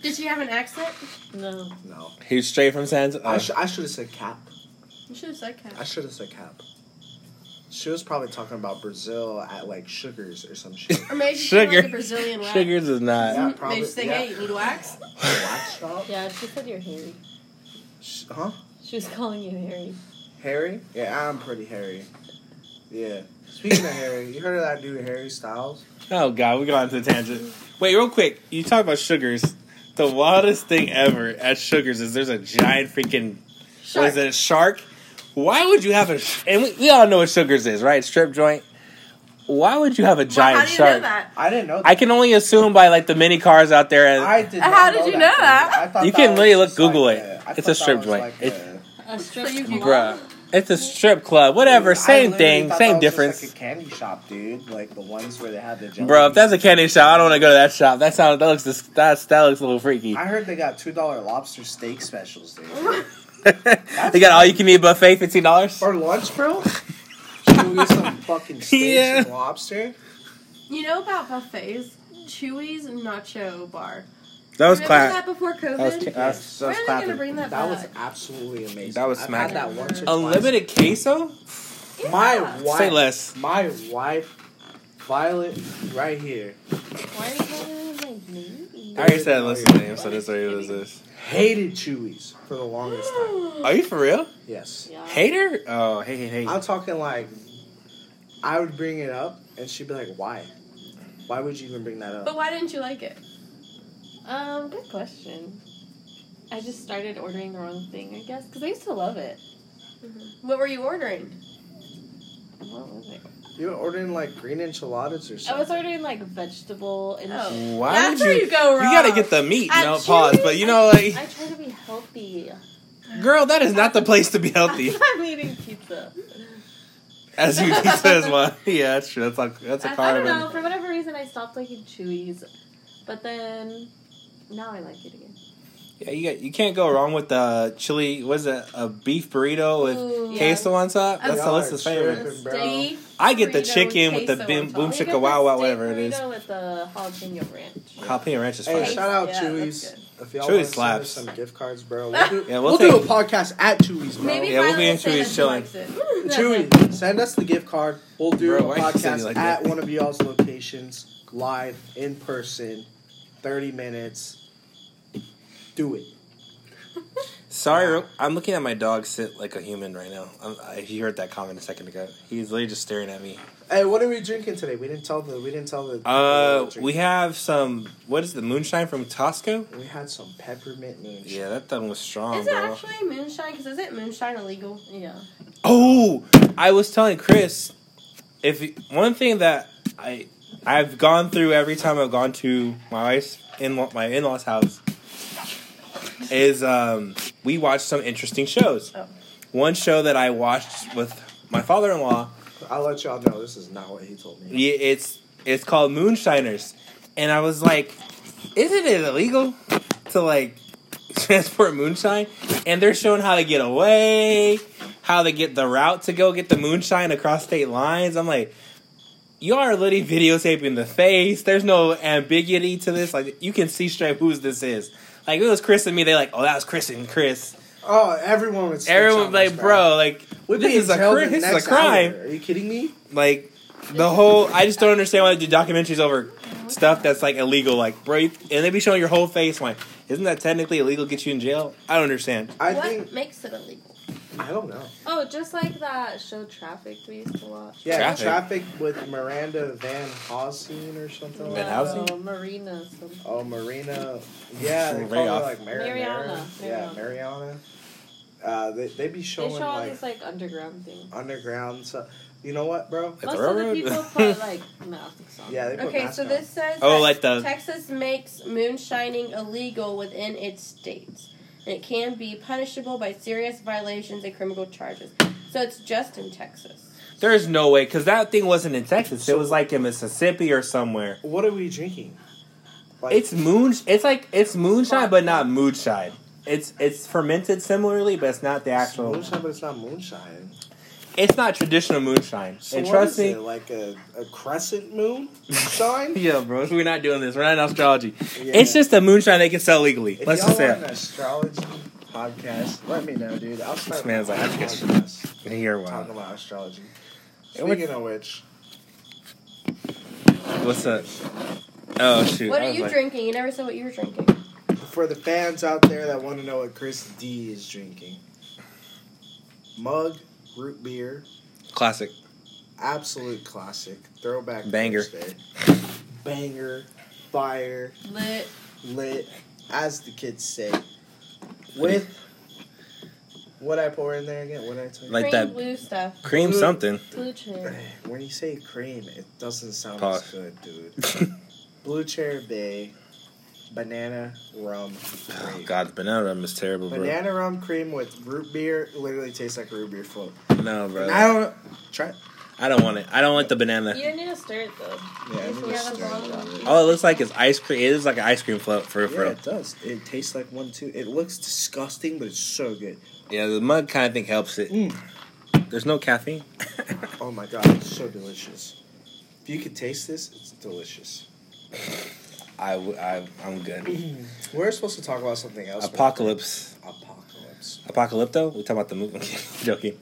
[SPEAKER 4] Did she have an accent?
[SPEAKER 6] No.
[SPEAKER 3] No,
[SPEAKER 2] He was straight from San.
[SPEAKER 3] I
[SPEAKER 2] oh.
[SPEAKER 3] sh- I should have said cap.
[SPEAKER 4] You should have said cap.
[SPEAKER 3] I should have said cap. She was probably talking about Brazil at like sugars or some shit.
[SPEAKER 4] Or maybe she
[SPEAKER 2] Sugar.
[SPEAKER 4] like a Brazilian wax.
[SPEAKER 2] Sugars is not.
[SPEAKER 3] Yeah,
[SPEAKER 4] Mhm.
[SPEAKER 3] probably,
[SPEAKER 4] They say,
[SPEAKER 3] yeah.
[SPEAKER 4] "Hey, you need wax."
[SPEAKER 3] Wax shop?
[SPEAKER 6] Yeah, she said you're hairy.
[SPEAKER 3] Sh- Huh?
[SPEAKER 6] She was calling you hairy.
[SPEAKER 3] Harry? Yeah, I'm pretty hairy. Yeah. Speaking of Harry, you heard of that dude Harry Styles?
[SPEAKER 2] Oh god, we got into a tangent. Wait, real quick, you talk about sugars. The wildest thing ever at sugars is there's a giant freaking what is it, a shark? Why would you have a sh- and we, we all know what sugars is, right? Strip joint. Why would you have a
[SPEAKER 4] Well,
[SPEAKER 2] giant
[SPEAKER 4] how do you
[SPEAKER 2] shark?
[SPEAKER 4] know that?
[SPEAKER 3] I didn't know.
[SPEAKER 2] I can only assume by like the mini cars out there. and-
[SPEAKER 3] I did.
[SPEAKER 4] How
[SPEAKER 3] not
[SPEAKER 4] did you
[SPEAKER 3] that
[SPEAKER 4] know
[SPEAKER 3] dude.
[SPEAKER 4] that?
[SPEAKER 3] I thought
[SPEAKER 2] You
[SPEAKER 3] that
[SPEAKER 2] can
[SPEAKER 3] was
[SPEAKER 2] literally
[SPEAKER 3] just
[SPEAKER 2] look- Google
[SPEAKER 3] like
[SPEAKER 2] it.
[SPEAKER 3] a- I
[SPEAKER 2] It's a
[SPEAKER 3] thought that
[SPEAKER 2] strip
[SPEAKER 3] was
[SPEAKER 2] joint.
[SPEAKER 3] like
[SPEAKER 2] It's-
[SPEAKER 3] a-
[SPEAKER 6] A strip
[SPEAKER 4] So you
[SPEAKER 2] Bruh.
[SPEAKER 6] club?
[SPEAKER 2] It's a strip club, whatever.
[SPEAKER 3] Dude, I
[SPEAKER 2] same
[SPEAKER 3] literally
[SPEAKER 2] thing,
[SPEAKER 3] thought
[SPEAKER 2] same
[SPEAKER 3] that was just
[SPEAKER 2] difference.
[SPEAKER 3] Like a candy shop, dude. Like the ones where they have the. Jelly
[SPEAKER 2] Bro, if that's a candy shop, I don't want to go to that shop. That sounds that looks dis- that's, that looks a little freaky.
[SPEAKER 3] I heard they got two dollar lobster steak specials, dude.
[SPEAKER 2] they got all you can eat buffet, fifteen dollars.
[SPEAKER 3] For lunch, bro. Should we get some fucking steaks
[SPEAKER 2] Yeah.
[SPEAKER 3] and lobster?
[SPEAKER 4] You know about buffets? Chewy's Nacho Bar.
[SPEAKER 2] That was
[SPEAKER 4] Remember
[SPEAKER 2] class.
[SPEAKER 4] that before COVID?
[SPEAKER 2] That was, that was
[SPEAKER 3] So
[SPEAKER 4] When
[SPEAKER 3] it's
[SPEAKER 4] are they gonna
[SPEAKER 3] clapping.
[SPEAKER 4] bring that
[SPEAKER 3] That
[SPEAKER 4] back?
[SPEAKER 3] was absolutely amazing.
[SPEAKER 2] That was
[SPEAKER 3] I've
[SPEAKER 2] smack.
[SPEAKER 3] had that once or
[SPEAKER 2] Unlimited queso?
[SPEAKER 4] Yeah.
[SPEAKER 3] twice. My wife.
[SPEAKER 2] Say less.
[SPEAKER 3] My wife, Violet, right here.
[SPEAKER 4] Uh,
[SPEAKER 6] Why are you calling her my name?
[SPEAKER 2] I already said I listed the name, so this already was this.
[SPEAKER 3] Hated Chewies for the longest time.
[SPEAKER 2] Are you for real?
[SPEAKER 3] Yes.
[SPEAKER 6] Yeah.
[SPEAKER 2] Hater? Oh, hey, hey, hey.
[SPEAKER 3] I'm talking like, I would bring it up, and she'd be like, "Why? Why would you even bring that
[SPEAKER 4] But
[SPEAKER 3] up?"
[SPEAKER 4] why didn't you like it?
[SPEAKER 6] Um, good question. I just started ordering the wrong thing, I guess, because I used to love it.
[SPEAKER 4] What were you ordering?
[SPEAKER 6] What was it?
[SPEAKER 3] You were ordering like green enchiladas or
[SPEAKER 6] I was
[SPEAKER 3] something.
[SPEAKER 6] ordering like vegetable and.
[SPEAKER 4] Oh.
[SPEAKER 2] Why
[SPEAKER 4] That's
[SPEAKER 2] would
[SPEAKER 4] where you go wrong.
[SPEAKER 2] You gotta get the meat.
[SPEAKER 4] At
[SPEAKER 2] no pause.
[SPEAKER 4] Chewy's,
[SPEAKER 2] But you know, like,
[SPEAKER 6] I try to be healthy.
[SPEAKER 2] girl, that is not the place to be healthy.
[SPEAKER 6] I'm eating pizza.
[SPEAKER 2] As you says, well, yeah, that's true. That's like that's a
[SPEAKER 6] I, I
[SPEAKER 2] card.
[SPEAKER 6] don't know.
[SPEAKER 2] of
[SPEAKER 6] For whatever reason, I stopped liking Chewies, but then now I like it again.
[SPEAKER 2] Yeah, you got, you can't go wrong with the chili. What is it? A beef burrito with
[SPEAKER 6] Ooh, yeah.
[SPEAKER 2] queso on top. That's
[SPEAKER 3] Y'all
[SPEAKER 2] Alyssa's
[SPEAKER 3] are
[SPEAKER 2] favorite.
[SPEAKER 3] tripping, bro.
[SPEAKER 6] Steak.
[SPEAKER 2] I get the
[SPEAKER 6] Burrito
[SPEAKER 2] chicken with the
[SPEAKER 6] queso
[SPEAKER 2] bim-
[SPEAKER 6] on top.
[SPEAKER 2] boom
[SPEAKER 6] Or you
[SPEAKER 2] chicka
[SPEAKER 6] get the
[SPEAKER 2] wow wow,
[SPEAKER 6] steak
[SPEAKER 2] whatever it is.
[SPEAKER 6] burrito with the jalapeno ranch.
[SPEAKER 2] Jalapeno ranch is
[SPEAKER 3] Hey,
[SPEAKER 2] fire.
[SPEAKER 3] shout out
[SPEAKER 6] Yeah,
[SPEAKER 3] Chewies.
[SPEAKER 6] that's
[SPEAKER 3] If y'all
[SPEAKER 2] Chewy's
[SPEAKER 3] want to send
[SPEAKER 2] slaps.
[SPEAKER 3] us some gift cards, bro, we'll do,
[SPEAKER 2] Yeah,
[SPEAKER 3] we'll
[SPEAKER 2] we'll
[SPEAKER 3] do a
[SPEAKER 2] take-
[SPEAKER 3] podcast at Chewies, bro.
[SPEAKER 4] Maybe
[SPEAKER 2] Yeah, we'll
[SPEAKER 4] Violet
[SPEAKER 2] be in
[SPEAKER 4] said
[SPEAKER 2] Chewy's
[SPEAKER 4] that she
[SPEAKER 2] chilling.
[SPEAKER 4] likes it.
[SPEAKER 3] Chewy, send us the gift card. We'll do
[SPEAKER 2] Bro,
[SPEAKER 3] a
[SPEAKER 2] why you say
[SPEAKER 3] podcast
[SPEAKER 2] you like
[SPEAKER 3] at
[SPEAKER 2] that?
[SPEAKER 3] one of y'all's locations, live in person, thirty minutes. Do it.
[SPEAKER 2] Sorry, Ro- I'm looking at my dog sit like a human right now. I'm, I, he heard that comment a second ago. He's literally just staring at me.
[SPEAKER 3] Hey, what are we drinking today? We didn't tell the. We didn't tell the.
[SPEAKER 2] Uh,
[SPEAKER 3] the-
[SPEAKER 2] we have some. What is the moonshine from Tosco?
[SPEAKER 3] we had some peppermint moonshine.
[SPEAKER 2] Yeah, that thing was strong,
[SPEAKER 4] Is it
[SPEAKER 2] bro.
[SPEAKER 4] actually moonshine? Because isn't moonshine illegal?
[SPEAKER 6] Yeah.
[SPEAKER 2] Oh, I was telling Chris, if one thing that I I've gone through every time I've gone to my wife's in my in laws house is um we watched some interesting shows.
[SPEAKER 4] Oh.
[SPEAKER 2] One show that I watched with my father in law,
[SPEAKER 3] I'll let y'all know this is not what he told me.
[SPEAKER 2] it's it's called Moonshiners, and I was like, isn't it illegal to like transport moonshine? And they're showing how they get away, how they get the route to go get the moonshine across state lines. I'm like, you are literally videotaping the face. There's no ambiguity to this. Like you can see straight whose this is. Like it was Chris and me. They like, oh, that was Chris and Chris.
[SPEAKER 3] Oh, everyone would. snitch
[SPEAKER 2] Everyone
[SPEAKER 3] on
[SPEAKER 2] was like,
[SPEAKER 3] us,
[SPEAKER 2] bro, like
[SPEAKER 3] We'd be
[SPEAKER 2] this
[SPEAKER 3] in
[SPEAKER 2] is a
[SPEAKER 3] jail
[SPEAKER 2] cri-
[SPEAKER 3] the
[SPEAKER 2] this is a
[SPEAKER 3] next
[SPEAKER 2] crime.
[SPEAKER 3] hour. Are you kidding me?
[SPEAKER 2] Like the whole, I just don't understand why they do documentaries over stuff that's like illegal. Like, bro, you- and they be showing your whole face. Like, isn't that technically illegal? Get you in jail? I don't understand.
[SPEAKER 3] I
[SPEAKER 4] what
[SPEAKER 3] think
[SPEAKER 4] makes it illegal?
[SPEAKER 3] I don't know.
[SPEAKER 6] Oh, just like that show Traffic we used to watch.
[SPEAKER 3] Yeah,
[SPEAKER 2] Traffic.
[SPEAKER 3] traffic, with Miranda Van Housen or something.
[SPEAKER 2] Van
[SPEAKER 3] like
[SPEAKER 2] Housen?
[SPEAKER 3] that.
[SPEAKER 6] Oh, Marina. Some,
[SPEAKER 3] Oh, Marina. Yeah, they
[SPEAKER 2] Ray
[SPEAKER 3] call her
[SPEAKER 2] off.
[SPEAKER 3] like Mariana.
[SPEAKER 6] Mariana,
[SPEAKER 3] Yeah,
[SPEAKER 6] Mariana.
[SPEAKER 3] Mariana. Uh, they they be
[SPEAKER 6] they
[SPEAKER 3] showing
[SPEAKER 6] show all
[SPEAKER 3] like
[SPEAKER 6] these like underground things.
[SPEAKER 3] underground stuff. You know what, bro?
[SPEAKER 2] Like
[SPEAKER 6] Most
[SPEAKER 2] the
[SPEAKER 6] of the
[SPEAKER 2] railroad?
[SPEAKER 6] people put like masks on.
[SPEAKER 3] Yeah, they put
[SPEAKER 4] Okay,
[SPEAKER 3] masks
[SPEAKER 4] so
[SPEAKER 3] on.
[SPEAKER 4] this says
[SPEAKER 2] Oh,
[SPEAKER 4] that
[SPEAKER 2] like the-
[SPEAKER 4] Texas makes moonshining illegal within its states. And it can be punishable by serious violations and criminal charges. So it's just in Texas.
[SPEAKER 2] There is no way because that thing wasn't in Texas. It was like in Mississippi or somewhere.
[SPEAKER 3] What are we drinking? Like,
[SPEAKER 2] It's moon. It's like it's moonshine, but not moonshine. It's it's fermented similarly, but it's not the
[SPEAKER 3] it's
[SPEAKER 2] actual.
[SPEAKER 3] moonshine, but it's not moonshine.
[SPEAKER 2] It's not traditional moonshine.
[SPEAKER 3] So
[SPEAKER 2] and
[SPEAKER 3] what
[SPEAKER 2] trust
[SPEAKER 3] is
[SPEAKER 2] me,
[SPEAKER 3] it, like a, a crescent moon shine.
[SPEAKER 2] yeah, bro, we're not doing this. We're not in astrology.
[SPEAKER 3] Yeah.
[SPEAKER 2] It's just a moonshine they can sell legally.
[SPEAKER 3] If
[SPEAKER 2] Let's
[SPEAKER 3] y'all
[SPEAKER 2] just say
[SPEAKER 3] want
[SPEAKER 2] that.
[SPEAKER 3] an astrology podcast, let me know, dude. I'll start.
[SPEAKER 2] This man's
[SPEAKER 3] my
[SPEAKER 2] like,
[SPEAKER 3] own
[SPEAKER 2] I guess-
[SPEAKER 3] podcast
[SPEAKER 2] Here,
[SPEAKER 3] talking
[SPEAKER 2] wow.
[SPEAKER 3] about astrology.
[SPEAKER 2] It would-
[SPEAKER 3] Speaking of which,
[SPEAKER 2] What's up? Oh shoot!
[SPEAKER 4] What
[SPEAKER 2] I
[SPEAKER 4] are
[SPEAKER 2] was
[SPEAKER 4] you
[SPEAKER 2] like-
[SPEAKER 4] drinking? You never said what you were drinking.
[SPEAKER 3] for the fans out there that want to know what Chris D is drinking, mug root beer,
[SPEAKER 2] Classic.
[SPEAKER 3] absolute classic, throwback
[SPEAKER 2] Banger.
[SPEAKER 3] Thursday. banger, fire,
[SPEAKER 4] Lit.
[SPEAKER 3] lit, as the kids say, with. What I pour in there again? What I tell you?
[SPEAKER 2] Like
[SPEAKER 4] cream
[SPEAKER 2] that-
[SPEAKER 4] blue stuff.
[SPEAKER 2] Cream
[SPEAKER 3] Blue-
[SPEAKER 2] something.
[SPEAKER 6] Blue chair.
[SPEAKER 3] When you say cream, it doesn't sound
[SPEAKER 2] Pause.
[SPEAKER 3] as good, dude. Blue cherry bay, banana rum.
[SPEAKER 2] oh
[SPEAKER 3] cream.
[SPEAKER 2] god, banana rum is terrible, bro.
[SPEAKER 3] Banana rum cream with root beer literally tastes like root beer float.
[SPEAKER 2] No, bro.
[SPEAKER 3] And I don't try.
[SPEAKER 2] I don't want it. I don't want the banana.
[SPEAKER 6] You need to stir it though.
[SPEAKER 3] Yeah, I
[SPEAKER 6] If
[SPEAKER 3] need
[SPEAKER 6] we
[SPEAKER 3] to
[SPEAKER 6] have a
[SPEAKER 3] stir it
[SPEAKER 6] bottle
[SPEAKER 3] up.
[SPEAKER 6] of
[SPEAKER 2] All it looks like is ice cream. It is like an ice cream float for
[SPEAKER 3] Yeah,
[SPEAKER 2] for.
[SPEAKER 3] it does. It tastes like one too. It looks disgusting, but it's so good.
[SPEAKER 2] Yeah, the mug kind of thing helps it.
[SPEAKER 3] Mm.
[SPEAKER 2] There's no caffeine.
[SPEAKER 3] Oh my god, it's so delicious. If you could taste this, it's delicious.
[SPEAKER 2] I, w- I I'm
[SPEAKER 3] Mm-hmm.
[SPEAKER 2] good.
[SPEAKER 3] We're supposed to talk about something else.
[SPEAKER 2] Apocalypse.
[SPEAKER 3] Apocalypse.
[SPEAKER 2] Apocalypto? We talking about the movie? Joking.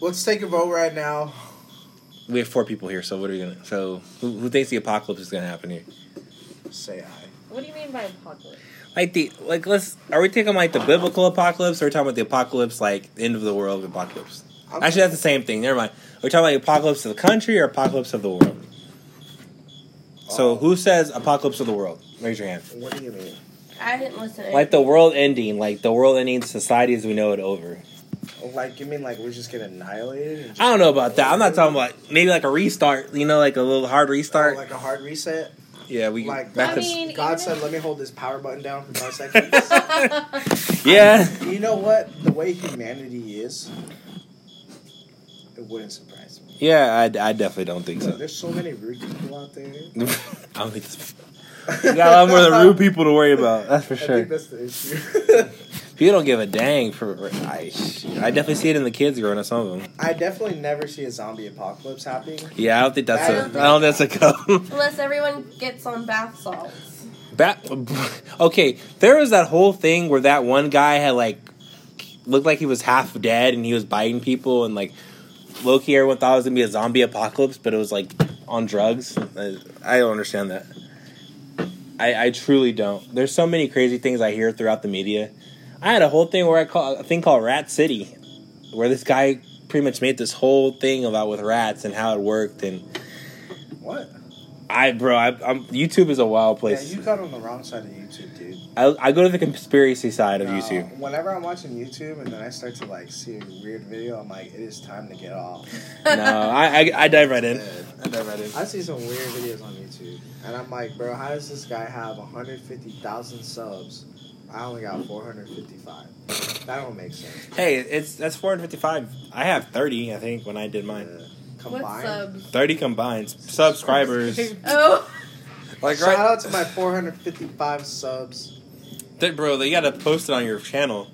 [SPEAKER 3] Let's take a vote right now.
[SPEAKER 2] We have four people here, so what are we gonna? So who, who thinks the apocalypse is gonna happen here?
[SPEAKER 3] Say aye.
[SPEAKER 6] What do you mean by apocalypse?
[SPEAKER 2] Like the like let's are we talking like the biblical apocalypse or are we talking about the apocalypse like end of the world apocalypse?
[SPEAKER 7] I'm-
[SPEAKER 2] Actually that's the same thing. Never mind. Are we talking about the apocalypse of the country or apocalypse of the world?
[SPEAKER 3] Oh.
[SPEAKER 2] So who says apocalypse of the world? Raise your hand.
[SPEAKER 3] What do you mean?
[SPEAKER 4] I didn't listen. to
[SPEAKER 2] Like the
[SPEAKER 4] anything.
[SPEAKER 2] world ending, like the world ending society as we know it over.
[SPEAKER 3] Like you mean like we just get annihilated? And just
[SPEAKER 2] I don't know about that. I'm not talking about maybe like a restart, you know, like a little hard restart.
[SPEAKER 3] Oh, like a hard reset.
[SPEAKER 2] yeah, we
[SPEAKER 3] like-
[SPEAKER 2] back to
[SPEAKER 6] I mean,
[SPEAKER 3] God
[SPEAKER 6] even
[SPEAKER 3] said,
[SPEAKER 6] if-
[SPEAKER 3] "Let me hold this power button down for five seconds."
[SPEAKER 2] Yeah.
[SPEAKER 3] you know what? The way humanity is, it wouldn't surprise me.
[SPEAKER 2] Yeah, I, I definitely don't think so.
[SPEAKER 3] There's so many rude people out there.
[SPEAKER 2] I don't think it's We got a lot more than rude people to worry about. That's for
[SPEAKER 3] I
[SPEAKER 2] sure.
[SPEAKER 3] think that's the issue.
[SPEAKER 2] People don't give a dang for. I, I definitely see it in the kids growing up. Some of them.
[SPEAKER 3] I definitely never see a zombie apocalypse happening.
[SPEAKER 2] Yeah, I don't think that's
[SPEAKER 3] I
[SPEAKER 2] a.
[SPEAKER 3] don't
[SPEAKER 2] I don't think that's a go.
[SPEAKER 4] Unless everyone gets on bath salts.
[SPEAKER 2] That okay. There was that whole thing where that one guy had like looked like he was half dead and he was biting people and like Loki. Everyone thought it was gonna be a zombie apocalypse, but it was like on drugs. I, I don't understand that. I, I truly don't. There's so many crazy things I hear throughout the media. I had a whole thing where I call a thing called Rat City, where this guy pretty much made this whole thing about with rats and how it worked. And
[SPEAKER 3] What?
[SPEAKER 2] I, bro, I, I'm, YouTube is a wild place.
[SPEAKER 3] Yeah, you got on the wrong side of YouTube, dude.
[SPEAKER 2] I, I go to the conspiracy side of
[SPEAKER 3] No,
[SPEAKER 2] YouTube.
[SPEAKER 3] Whenever I'm watching YouTube and then I start to like see a weird video, I'm like, it is time to get off.
[SPEAKER 2] No, I, I I dive right in.
[SPEAKER 3] Uh,
[SPEAKER 2] I dive right in.
[SPEAKER 3] I see some weird videos on YouTube, and I'm like, bro, how does this guy have 150,000 subs? I only got 455. That don't make sense.
[SPEAKER 2] Hey, it's that's 455. I have 30, I think, when I did mine.
[SPEAKER 3] Uh,
[SPEAKER 4] What
[SPEAKER 3] combined.
[SPEAKER 4] subs?
[SPEAKER 2] 30 combined subscribers.
[SPEAKER 4] Oh,
[SPEAKER 2] Like
[SPEAKER 3] Shout
[SPEAKER 2] right,
[SPEAKER 3] out to my 455 subs.
[SPEAKER 2] Th- bro, they gotta post it on your channel.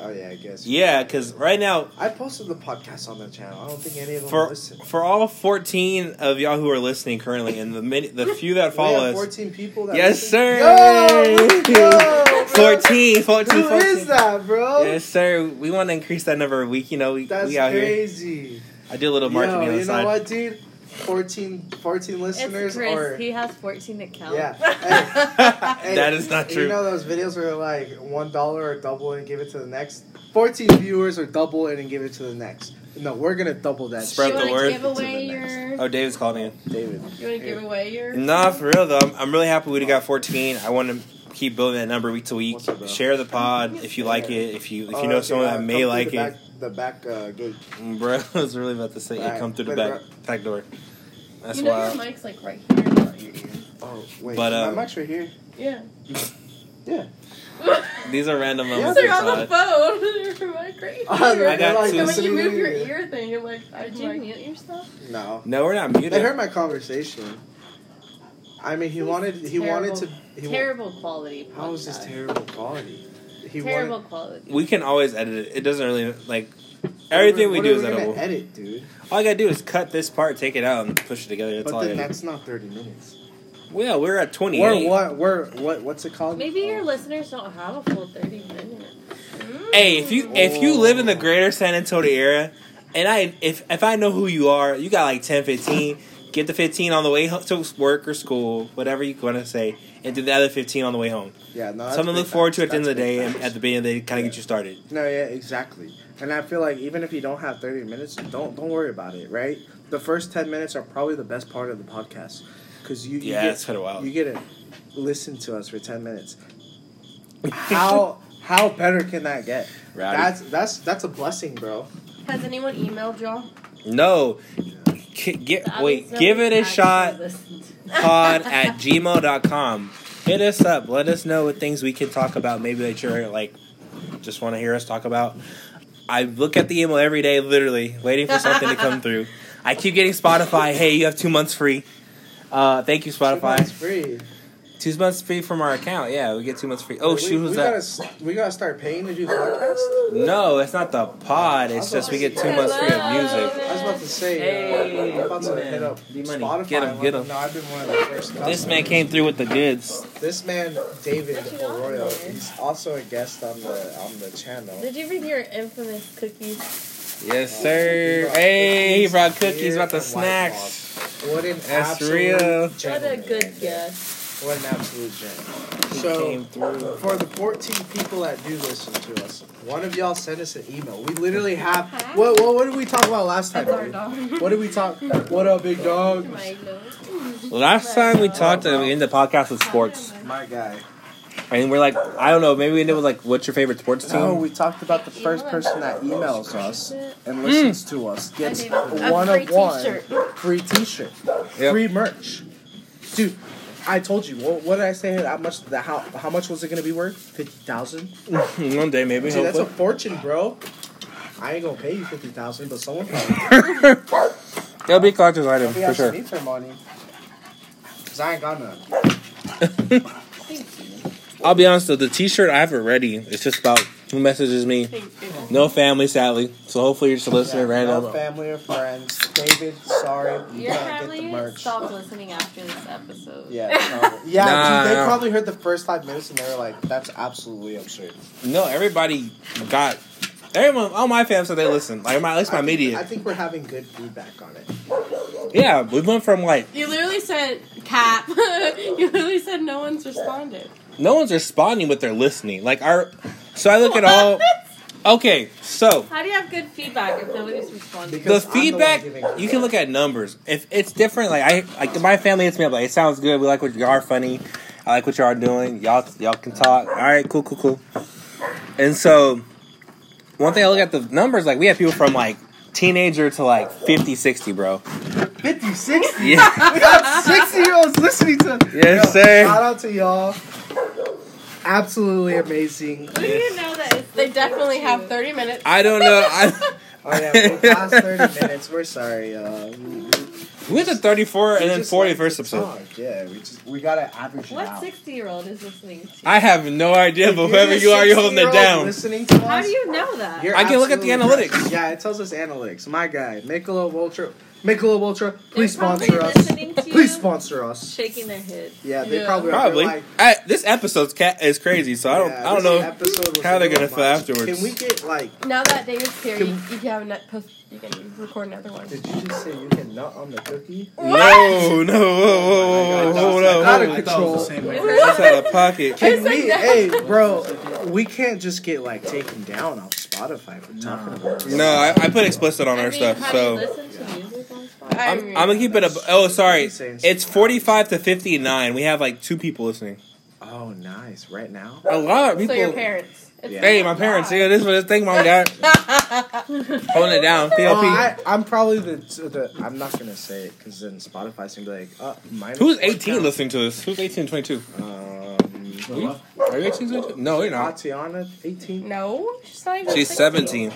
[SPEAKER 3] Oh yeah, I guess.
[SPEAKER 2] Yeah, because right now,
[SPEAKER 3] I posted the podcast on the channel. I don't think any of them
[SPEAKER 2] for
[SPEAKER 3] listen.
[SPEAKER 2] for all 14 of y'all who are listening currently, and the many, the few that
[SPEAKER 3] we
[SPEAKER 2] follow
[SPEAKER 3] have
[SPEAKER 2] us,
[SPEAKER 3] 14 people. That
[SPEAKER 2] yes
[SPEAKER 3] listen.
[SPEAKER 2] sir,
[SPEAKER 3] Yo, yo, bro.
[SPEAKER 2] 14, 14, 14.
[SPEAKER 3] Who is that, bro?
[SPEAKER 2] Yes sir, we want to increase that number a week. You know, we,
[SPEAKER 3] That's
[SPEAKER 2] we out here.
[SPEAKER 3] crazy.
[SPEAKER 2] I do a little
[SPEAKER 3] Yo,
[SPEAKER 2] marketing on the
[SPEAKER 3] you know
[SPEAKER 2] side.
[SPEAKER 3] what, dude? 14, 14 listeners
[SPEAKER 6] It's Chris.
[SPEAKER 3] or
[SPEAKER 6] He has 14 to count.
[SPEAKER 3] yeah. Hey, Hey,
[SPEAKER 2] that is not true.
[SPEAKER 3] You know those videos where like one dollar or double and give it to the next. Fourteen viewers or double it and give it to the next. No, we're gonna double that.
[SPEAKER 2] Spread the
[SPEAKER 4] you want
[SPEAKER 2] word
[SPEAKER 4] to give
[SPEAKER 3] to the
[SPEAKER 4] away
[SPEAKER 3] next.
[SPEAKER 4] your?
[SPEAKER 2] oh, David's calling in.
[SPEAKER 3] shit, David.
[SPEAKER 4] You want to give away your?
[SPEAKER 2] Nah, for real though, I'm, I'm really happy we got 14. I want to keep building that number week to week.
[SPEAKER 3] What's up, bro?
[SPEAKER 2] Share the pod if you like it. If you if
[SPEAKER 3] Oh,
[SPEAKER 2] you know someone that may like
[SPEAKER 3] uh, the
[SPEAKER 2] it,
[SPEAKER 3] back, the back uh, gate.
[SPEAKER 2] Mm, bro. I was really about to say, yeah,
[SPEAKER 3] Alright,
[SPEAKER 2] come through the
[SPEAKER 3] wait,
[SPEAKER 2] back back door. That's
[SPEAKER 4] you know
[SPEAKER 2] wild.
[SPEAKER 4] your mic's like right here, not your ear.
[SPEAKER 3] Oh wait,
[SPEAKER 2] But,
[SPEAKER 3] my
[SPEAKER 2] um,
[SPEAKER 3] mic's right here.
[SPEAKER 4] Yeah.
[SPEAKER 3] Yeah.
[SPEAKER 2] These are random
[SPEAKER 3] Yeah,
[SPEAKER 2] moments.
[SPEAKER 4] They're on the
[SPEAKER 2] inside.
[SPEAKER 4] phone. Your mic right here.
[SPEAKER 3] I
[SPEAKER 2] I got
[SPEAKER 3] like,
[SPEAKER 2] two.
[SPEAKER 4] so when
[SPEAKER 3] listening
[SPEAKER 4] you
[SPEAKER 3] to
[SPEAKER 4] move your
[SPEAKER 3] you.
[SPEAKER 4] ear thing, you're like, I
[SPEAKER 6] Did you
[SPEAKER 4] like,
[SPEAKER 6] mute yourself?
[SPEAKER 3] No,
[SPEAKER 2] No, we're not muted.
[SPEAKER 3] they heard my conversation. I mean, he wanted he wanted to.
[SPEAKER 6] Terrible.
[SPEAKER 3] He wa-
[SPEAKER 6] terrible quality.
[SPEAKER 3] How is this
[SPEAKER 6] podcast.
[SPEAKER 3] terrible quality? He
[SPEAKER 6] terrible quality.
[SPEAKER 2] we can always edit it. It doesn't really like everything we
[SPEAKER 3] what
[SPEAKER 2] do
[SPEAKER 3] are
[SPEAKER 2] is
[SPEAKER 3] gonna
[SPEAKER 2] editable.
[SPEAKER 3] Edit, dude.
[SPEAKER 2] All I gotta do is cut this part, take it out, and push it together. That's
[SPEAKER 3] but
[SPEAKER 2] all. I
[SPEAKER 3] then
[SPEAKER 2] gotta do.
[SPEAKER 3] that's not thirty minutes.
[SPEAKER 2] Well, we're at 28.
[SPEAKER 3] We're what? We're what? What's it called?
[SPEAKER 6] Maybe your
[SPEAKER 3] Oh.
[SPEAKER 6] listeners don't have a full 30 minutes.
[SPEAKER 2] Hey, if you if you live in the greater San Antonio area, and I if if I know who you are, you got like 10, 15. Get the fifteen on the way home to work or school, whatever you want to say, and do the other fifteen on the way home.
[SPEAKER 3] Yeah, no. that's
[SPEAKER 2] Something to
[SPEAKER 3] big
[SPEAKER 2] look forward to
[SPEAKER 3] facts.
[SPEAKER 2] at the end of the
[SPEAKER 3] That's big
[SPEAKER 2] day, and
[SPEAKER 3] facts.
[SPEAKER 2] at the beginning of the day, kind of get you started.
[SPEAKER 3] No, yeah, exactly. And I feel like even if you don't have thirty minutes, don't don't worry about it. Right, the first ten minutes are probably the best part of the podcast because you, you
[SPEAKER 2] Yeah,
[SPEAKER 3] get,
[SPEAKER 2] it's been a while.
[SPEAKER 3] You get to listen to us for ten minutes. How how better can that get?
[SPEAKER 2] Rowdy.
[SPEAKER 3] That's that's that's a blessing, bro.
[SPEAKER 4] Has anyone emailed y'all?
[SPEAKER 2] No, K- get
[SPEAKER 6] The
[SPEAKER 2] wait,
[SPEAKER 6] others
[SPEAKER 2] give it
[SPEAKER 6] don't
[SPEAKER 2] a
[SPEAKER 6] actually
[SPEAKER 2] shot.
[SPEAKER 6] listen to-
[SPEAKER 2] Pod at gmail.com. Hit us up. Let us know what things we can talk about. Maybe that you're like just want to hear us talk about. I look at the email every day, literally waiting for something to come through. I keep getting Spotify. Hey, you have two months free. Uh, thank you,
[SPEAKER 3] It's
[SPEAKER 2] Spotify.
[SPEAKER 3] free.
[SPEAKER 2] Two months free from our account. Yeah, we get two months free. Oh
[SPEAKER 3] we,
[SPEAKER 2] shoot, who's
[SPEAKER 3] we
[SPEAKER 2] that?
[SPEAKER 3] Gotta, s- we gotta start paying to do podcasts.
[SPEAKER 2] No, it's not the pod. It's just we get two months free of music.
[SPEAKER 3] I was about to say,
[SPEAKER 2] Hey,
[SPEAKER 3] uh, I'm about to
[SPEAKER 2] man.
[SPEAKER 3] hit up
[SPEAKER 2] D Money.
[SPEAKER 3] Spotify.
[SPEAKER 2] Get 'em,
[SPEAKER 3] and
[SPEAKER 2] get
[SPEAKER 3] let them
[SPEAKER 2] 'em.
[SPEAKER 3] know I've been one of the first.
[SPEAKER 2] This
[SPEAKER 3] customers.
[SPEAKER 2] man came through with the goods.
[SPEAKER 3] This man, David
[SPEAKER 6] What you got
[SPEAKER 3] Arroyo,
[SPEAKER 6] there?
[SPEAKER 3] he's also a guest on the on the channel.
[SPEAKER 6] Did you bring your infamous cookies?
[SPEAKER 2] Yes, sir. Hey, he brought cookies, brought the snacks.
[SPEAKER 3] What an
[SPEAKER 2] That's
[SPEAKER 3] absolute
[SPEAKER 2] real.
[SPEAKER 6] What a
[SPEAKER 3] gentleman.
[SPEAKER 6] good guess.
[SPEAKER 8] What an absolute gem.
[SPEAKER 2] He
[SPEAKER 3] So-
[SPEAKER 2] came through.
[SPEAKER 3] For the 14 people that do listen to us, one of y'all sent us an email. We literally have.
[SPEAKER 6] Hi.
[SPEAKER 3] What, what, what did we talk about last time?
[SPEAKER 6] That's our
[SPEAKER 3] dude?
[SPEAKER 6] dog.
[SPEAKER 3] What did we talk? What up, big dog?
[SPEAKER 4] My nose.
[SPEAKER 2] Last time we talked and we ended the podcast with sports,
[SPEAKER 3] My guy.
[SPEAKER 2] and we're like, I don't know, maybe we ended with like, what's your favorite sports team?
[SPEAKER 8] No, we talked about the first person that emails us
[SPEAKER 2] Hmm.
[SPEAKER 8] and listens to us gets
[SPEAKER 4] A
[SPEAKER 8] one
[SPEAKER 4] free
[SPEAKER 8] of one
[SPEAKER 4] t-shirt.
[SPEAKER 8] free T-shirt,
[SPEAKER 2] Yep.
[SPEAKER 8] free merch, dude. I told you. What, what did I say? How much? The, how how much was it gonna be worth? Fifty thousand.
[SPEAKER 2] One day, maybe.
[SPEAKER 3] Dude, that's a
[SPEAKER 2] hopefully.
[SPEAKER 3] fortune, bro. I ain't gonna pay you 50000 but someone probably
[SPEAKER 2] It'll be a collector's item
[SPEAKER 3] We
[SPEAKER 2] for
[SPEAKER 3] actually
[SPEAKER 2] sure.
[SPEAKER 3] need some money. Cause I ain't got none.
[SPEAKER 2] I'll be honest though, the T-shirt I have already. It's just about who messages me. No family, sadly. So hopefully you're just a listener
[SPEAKER 3] Yeah,
[SPEAKER 2] random.
[SPEAKER 3] No family or friends. David, sorry, you
[SPEAKER 6] Your
[SPEAKER 3] gotta get the
[SPEAKER 6] family
[SPEAKER 3] merch.
[SPEAKER 6] stopped listening after this episode.
[SPEAKER 3] Yeah, probably. yeah.
[SPEAKER 2] Nah,
[SPEAKER 3] dude, they
[SPEAKER 2] nah.
[SPEAKER 3] probably heard the first five minutes and they were like, "That's absolutely absurd."
[SPEAKER 2] no, everybody got everyone. All my fans said they listen. Like my, at least my
[SPEAKER 3] I think- I
[SPEAKER 2] media.
[SPEAKER 3] think we're having good feedback on it.
[SPEAKER 2] Yeah, we went from like
[SPEAKER 6] You literally said cap. you literally said no one's responded.
[SPEAKER 2] no one's responding, but they're listening. Like our. So I look at all. Okay, so
[SPEAKER 6] How do you have good feedback if nobody's responding?
[SPEAKER 2] the
[SPEAKER 3] Because I'm the one
[SPEAKER 2] feedback
[SPEAKER 3] giving
[SPEAKER 2] you can look at numbers. If it's different, like I like my family hits me up like it sounds good. We like what y'all are funny. I like what y'all are doing. Y'all y'all can talk. All right, cool, cool, cool. And so one thing I look at the numbers like we have people from like teenager to like 50 60 bro
[SPEAKER 3] 50, 60.
[SPEAKER 2] yeah
[SPEAKER 3] we got 60 year olds listening to
[SPEAKER 2] Yes,
[SPEAKER 3] Yo,
[SPEAKER 2] sir.
[SPEAKER 3] Shout out to y'all. Absolutely amazing.
[SPEAKER 6] We didn't know that it's
[SPEAKER 4] They definitely have 30 minutes.
[SPEAKER 2] i don't know i
[SPEAKER 3] Oh yeah, we're past 30 minutes. We're sorry, y'all. We- we-
[SPEAKER 2] we went to 34
[SPEAKER 3] we
[SPEAKER 2] and then
[SPEAKER 3] just
[SPEAKER 2] 40
[SPEAKER 3] like
[SPEAKER 2] first
[SPEAKER 3] to
[SPEAKER 2] episode
[SPEAKER 3] talk. Yeah, we just we gotta average it
[SPEAKER 6] What
[SPEAKER 3] out.
[SPEAKER 6] sixty year old is listening to?
[SPEAKER 2] i have no idea but
[SPEAKER 3] If
[SPEAKER 2] whoever
[SPEAKER 3] you're
[SPEAKER 2] you are you're holding it
[SPEAKER 3] 60-year-old
[SPEAKER 2] down
[SPEAKER 3] Listening to us,
[SPEAKER 6] How do you know that?
[SPEAKER 3] you're
[SPEAKER 2] I can look at the
[SPEAKER 3] absolutely
[SPEAKER 2] analytics.
[SPEAKER 3] right. Yeah, it tells us analytics. My guy, Michelob Ultra. Michelob Ultra,
[SPEAKER 6] They're
[SPEAKER 3] please sponsor
[SPEAKER 6] probably
[SPEAKER 3] us.
[SPEAKER 6] listening to
[SPEAKER 3] Please
[SPEAKER 6] you,
[SPEAKER 3] sponsor us.
[SPEAKER 6] Shaking their head.
[SPEAKER 3] Yeah, they
[SPEAKER 4] Yeah.
[SPEAKER 3] probably are. They're
[SPEAKER 2] probably
[SPEAKER 3] Like,
[SPEAKER 2] I, this episode's cat is crazy so i don't
[SPEAKER 3] yeah,
[SPEAKER 2] i don't
[SPEAKER 3] this
[SPEAKER 2] know
[SPEAKER 3] episode was
[SPEAKER 2] how
[SPEAKER 3] a
[SPEAKER 2] they're gonna
[SPEAKER 3] little
[SPEAKER 2] feel
[SPEAKER 3] much.
[SPEAKER 2] afterwards.
[SPEAKER 3] Can we get like?
[SPEAKER 4] Now that David's here,
[SPEAKER 3] Can-
[SPEAKER 4] you, you can have a nut post. You can record another one.
[SPEAKER 3] Did you just say you can nut on the cookie?
[SPEAKER 2] No, no, whoa, whoa, whoa,
[SPEAKER 3] Oh
[SPEAKER 2] whoa,
[SPEAKER 3] my God,
[SPEAKER 2] whoa,
[SPEAKER 3] that's
[SPEAKER 2] whoa.
[SPEAKER 3] out of control.
[SPEAKER 2] That's out of pocket.
[SPEAKER 3] Can we, hey, bro, we can't just get like taken down off Spotify for talking about this.
[SPEAKER 2] No, I, I put explicit on
[SPEAKER 6] I
[SPEAKER 2] our
[SPEAKER 6] mean,
[SPEAKER 2] stuff,
[SPEAKER 6] how do you
[SPEAKER 2] so
[SPEAKER 6] listen to music on Spotify?
[SPEAKER 2] I'm, I'm gonna keep it. Ab- oh, sorry,
[SPEAKER 3] Insane.
[SPEAKER 2] it's 45 to 59. We have like two people listening.
[SPEAKER 3] Oh, nice. Right now?
[SPEAKER 2] A lot of people.
[SPEAKER 4] So your parents. It's
[SPEAKER 3] Yeah.
[SPEAKER 2] Hey, my parents. Yeah, this was thing mom got holding it down.
[SPEAKER 3] Oh,
[SPEAKER 2] PLP.
[SPEAKER 3] I, I'm probably the, the. I'm not gonna say it because then Spotify's gonna be like, uh, minus
[SPEAKER 2] Who's
[SPEAKER 3] four
[SPEAKER 2] 18
[SPEAKER 3] count.
[SPEAKER 2] listening to this? Who's 18 22?
[SPEAKER 3] Um,
[SPEAKER 2] Are you, are you 18 22? No, you're not.
[SPEAKER 3] Tatiana, 18.
[SPEAKER 4] No, she's not even.
[SPEAKER 2] She's
[SPEAKER 4] 16.
[SPEAKER 2] 17.